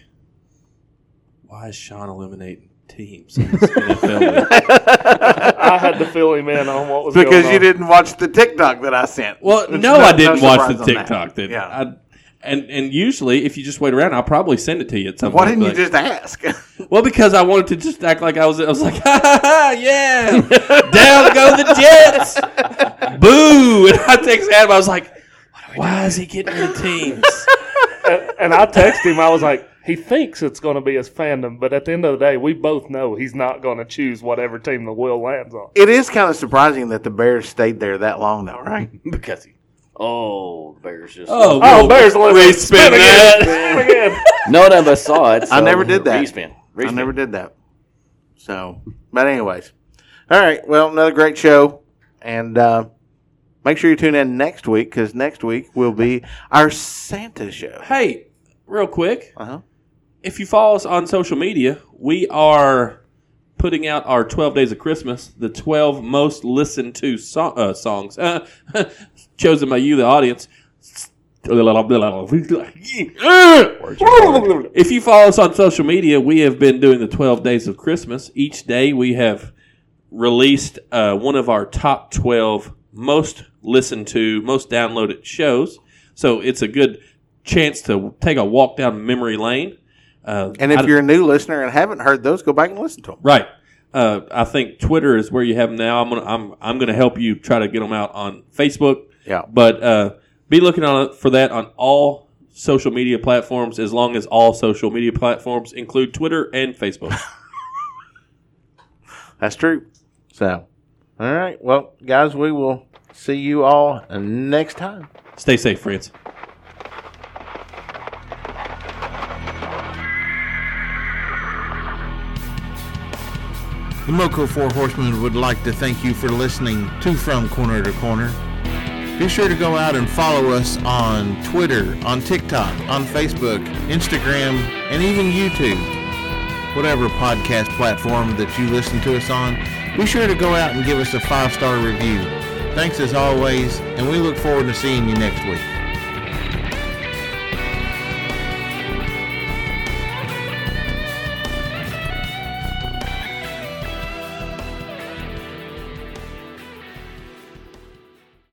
S4: "Why is Sean eliminating teams?" in this NFL league?"
S5: I had to fill him in on what was going
S3: Because
S5: on.
S3: you didn't watch the TikTok that I sent.
S4: well,
S3: It's
S4: no,
S3: no-
S4: I didn't
S3: no
S4: watch
S3: surprise
S4: the
S3: on that.
S4: TikTok. Then,
S3: Yeah.
S4: I, and and usually, if you just wait around, I'll probably send it to you at some
S3: Why
S4: point,
S3: didn't you
S4: but-
S3: just ask?
S4: Well, because I wanted to just act like I was. I was like, ha, ha, ha, yeah, down go the Jets, boo! And I text Adam. I was like, why is he getting the teams?
S5: and, and I texted him. I was like, he thinks it's going to be his fandom, but at the end of the day, we both know he's not going to choose whatever team the wheel lands on.
S3: It is kind of surprising that the Bears stayed there that long, though, right?
S6: Because he, oh, the Bears just
S4: Oh,
S5: Oh,
S4: well,
S5: Bears eliminated.
S4: Respin
S5: again.
S4: that.
S5: Spin again.
S6: none of us saw it.
S3: I
S6: so
S3: never did that.
S6: Respin.
S3: I
S6: Respin.
S3: never did that. So, but anyways, all right. Well, another great show, and uh, make sure you tune in next week because next week will be our Santa show.
S4: Hey, real quick,
S3: Uh-huh.
S4: if you follow us on social media, we are putting out our 12 Days of Christmas, the 12 most listened to so- uh, songs uh, chosen by you, the audience. If you follow us on social media, we have been doing the 12 Days of Christmas. Each day we have released uh, one of our top 12 most listened to, most downloaded shows. So it's a good chance to take a walk down memory lane. Uh,
S3: And if
S4: I-
S3: you're a new listener and haven't heard those, go back and listen to them.
S4: Right. Uh, I think Twitter is where you have them now. I'm gonna I'm I'm gonna help you try to get them out on Facebook.
S3: Yeah.
S4: But uh, be looking on for that on all social media platforms, as long as all social media platforms include Twitter and Facebook.
S3: That's true. So, all right. Well, guys, we will see you all next time.
S4: Stay safe, friends.
S1: The Moco Four Horsemen would like to thank you for listening to From Corner to Corner. Be sure to go out and follow us on Twitter, on TikTok, on Facebook, Instagram, and even YouTube. Whatever podcast platform that you listen to us on, be sure to go out and give us a five star review. Thanks as always, and we look forward to seeing you next week.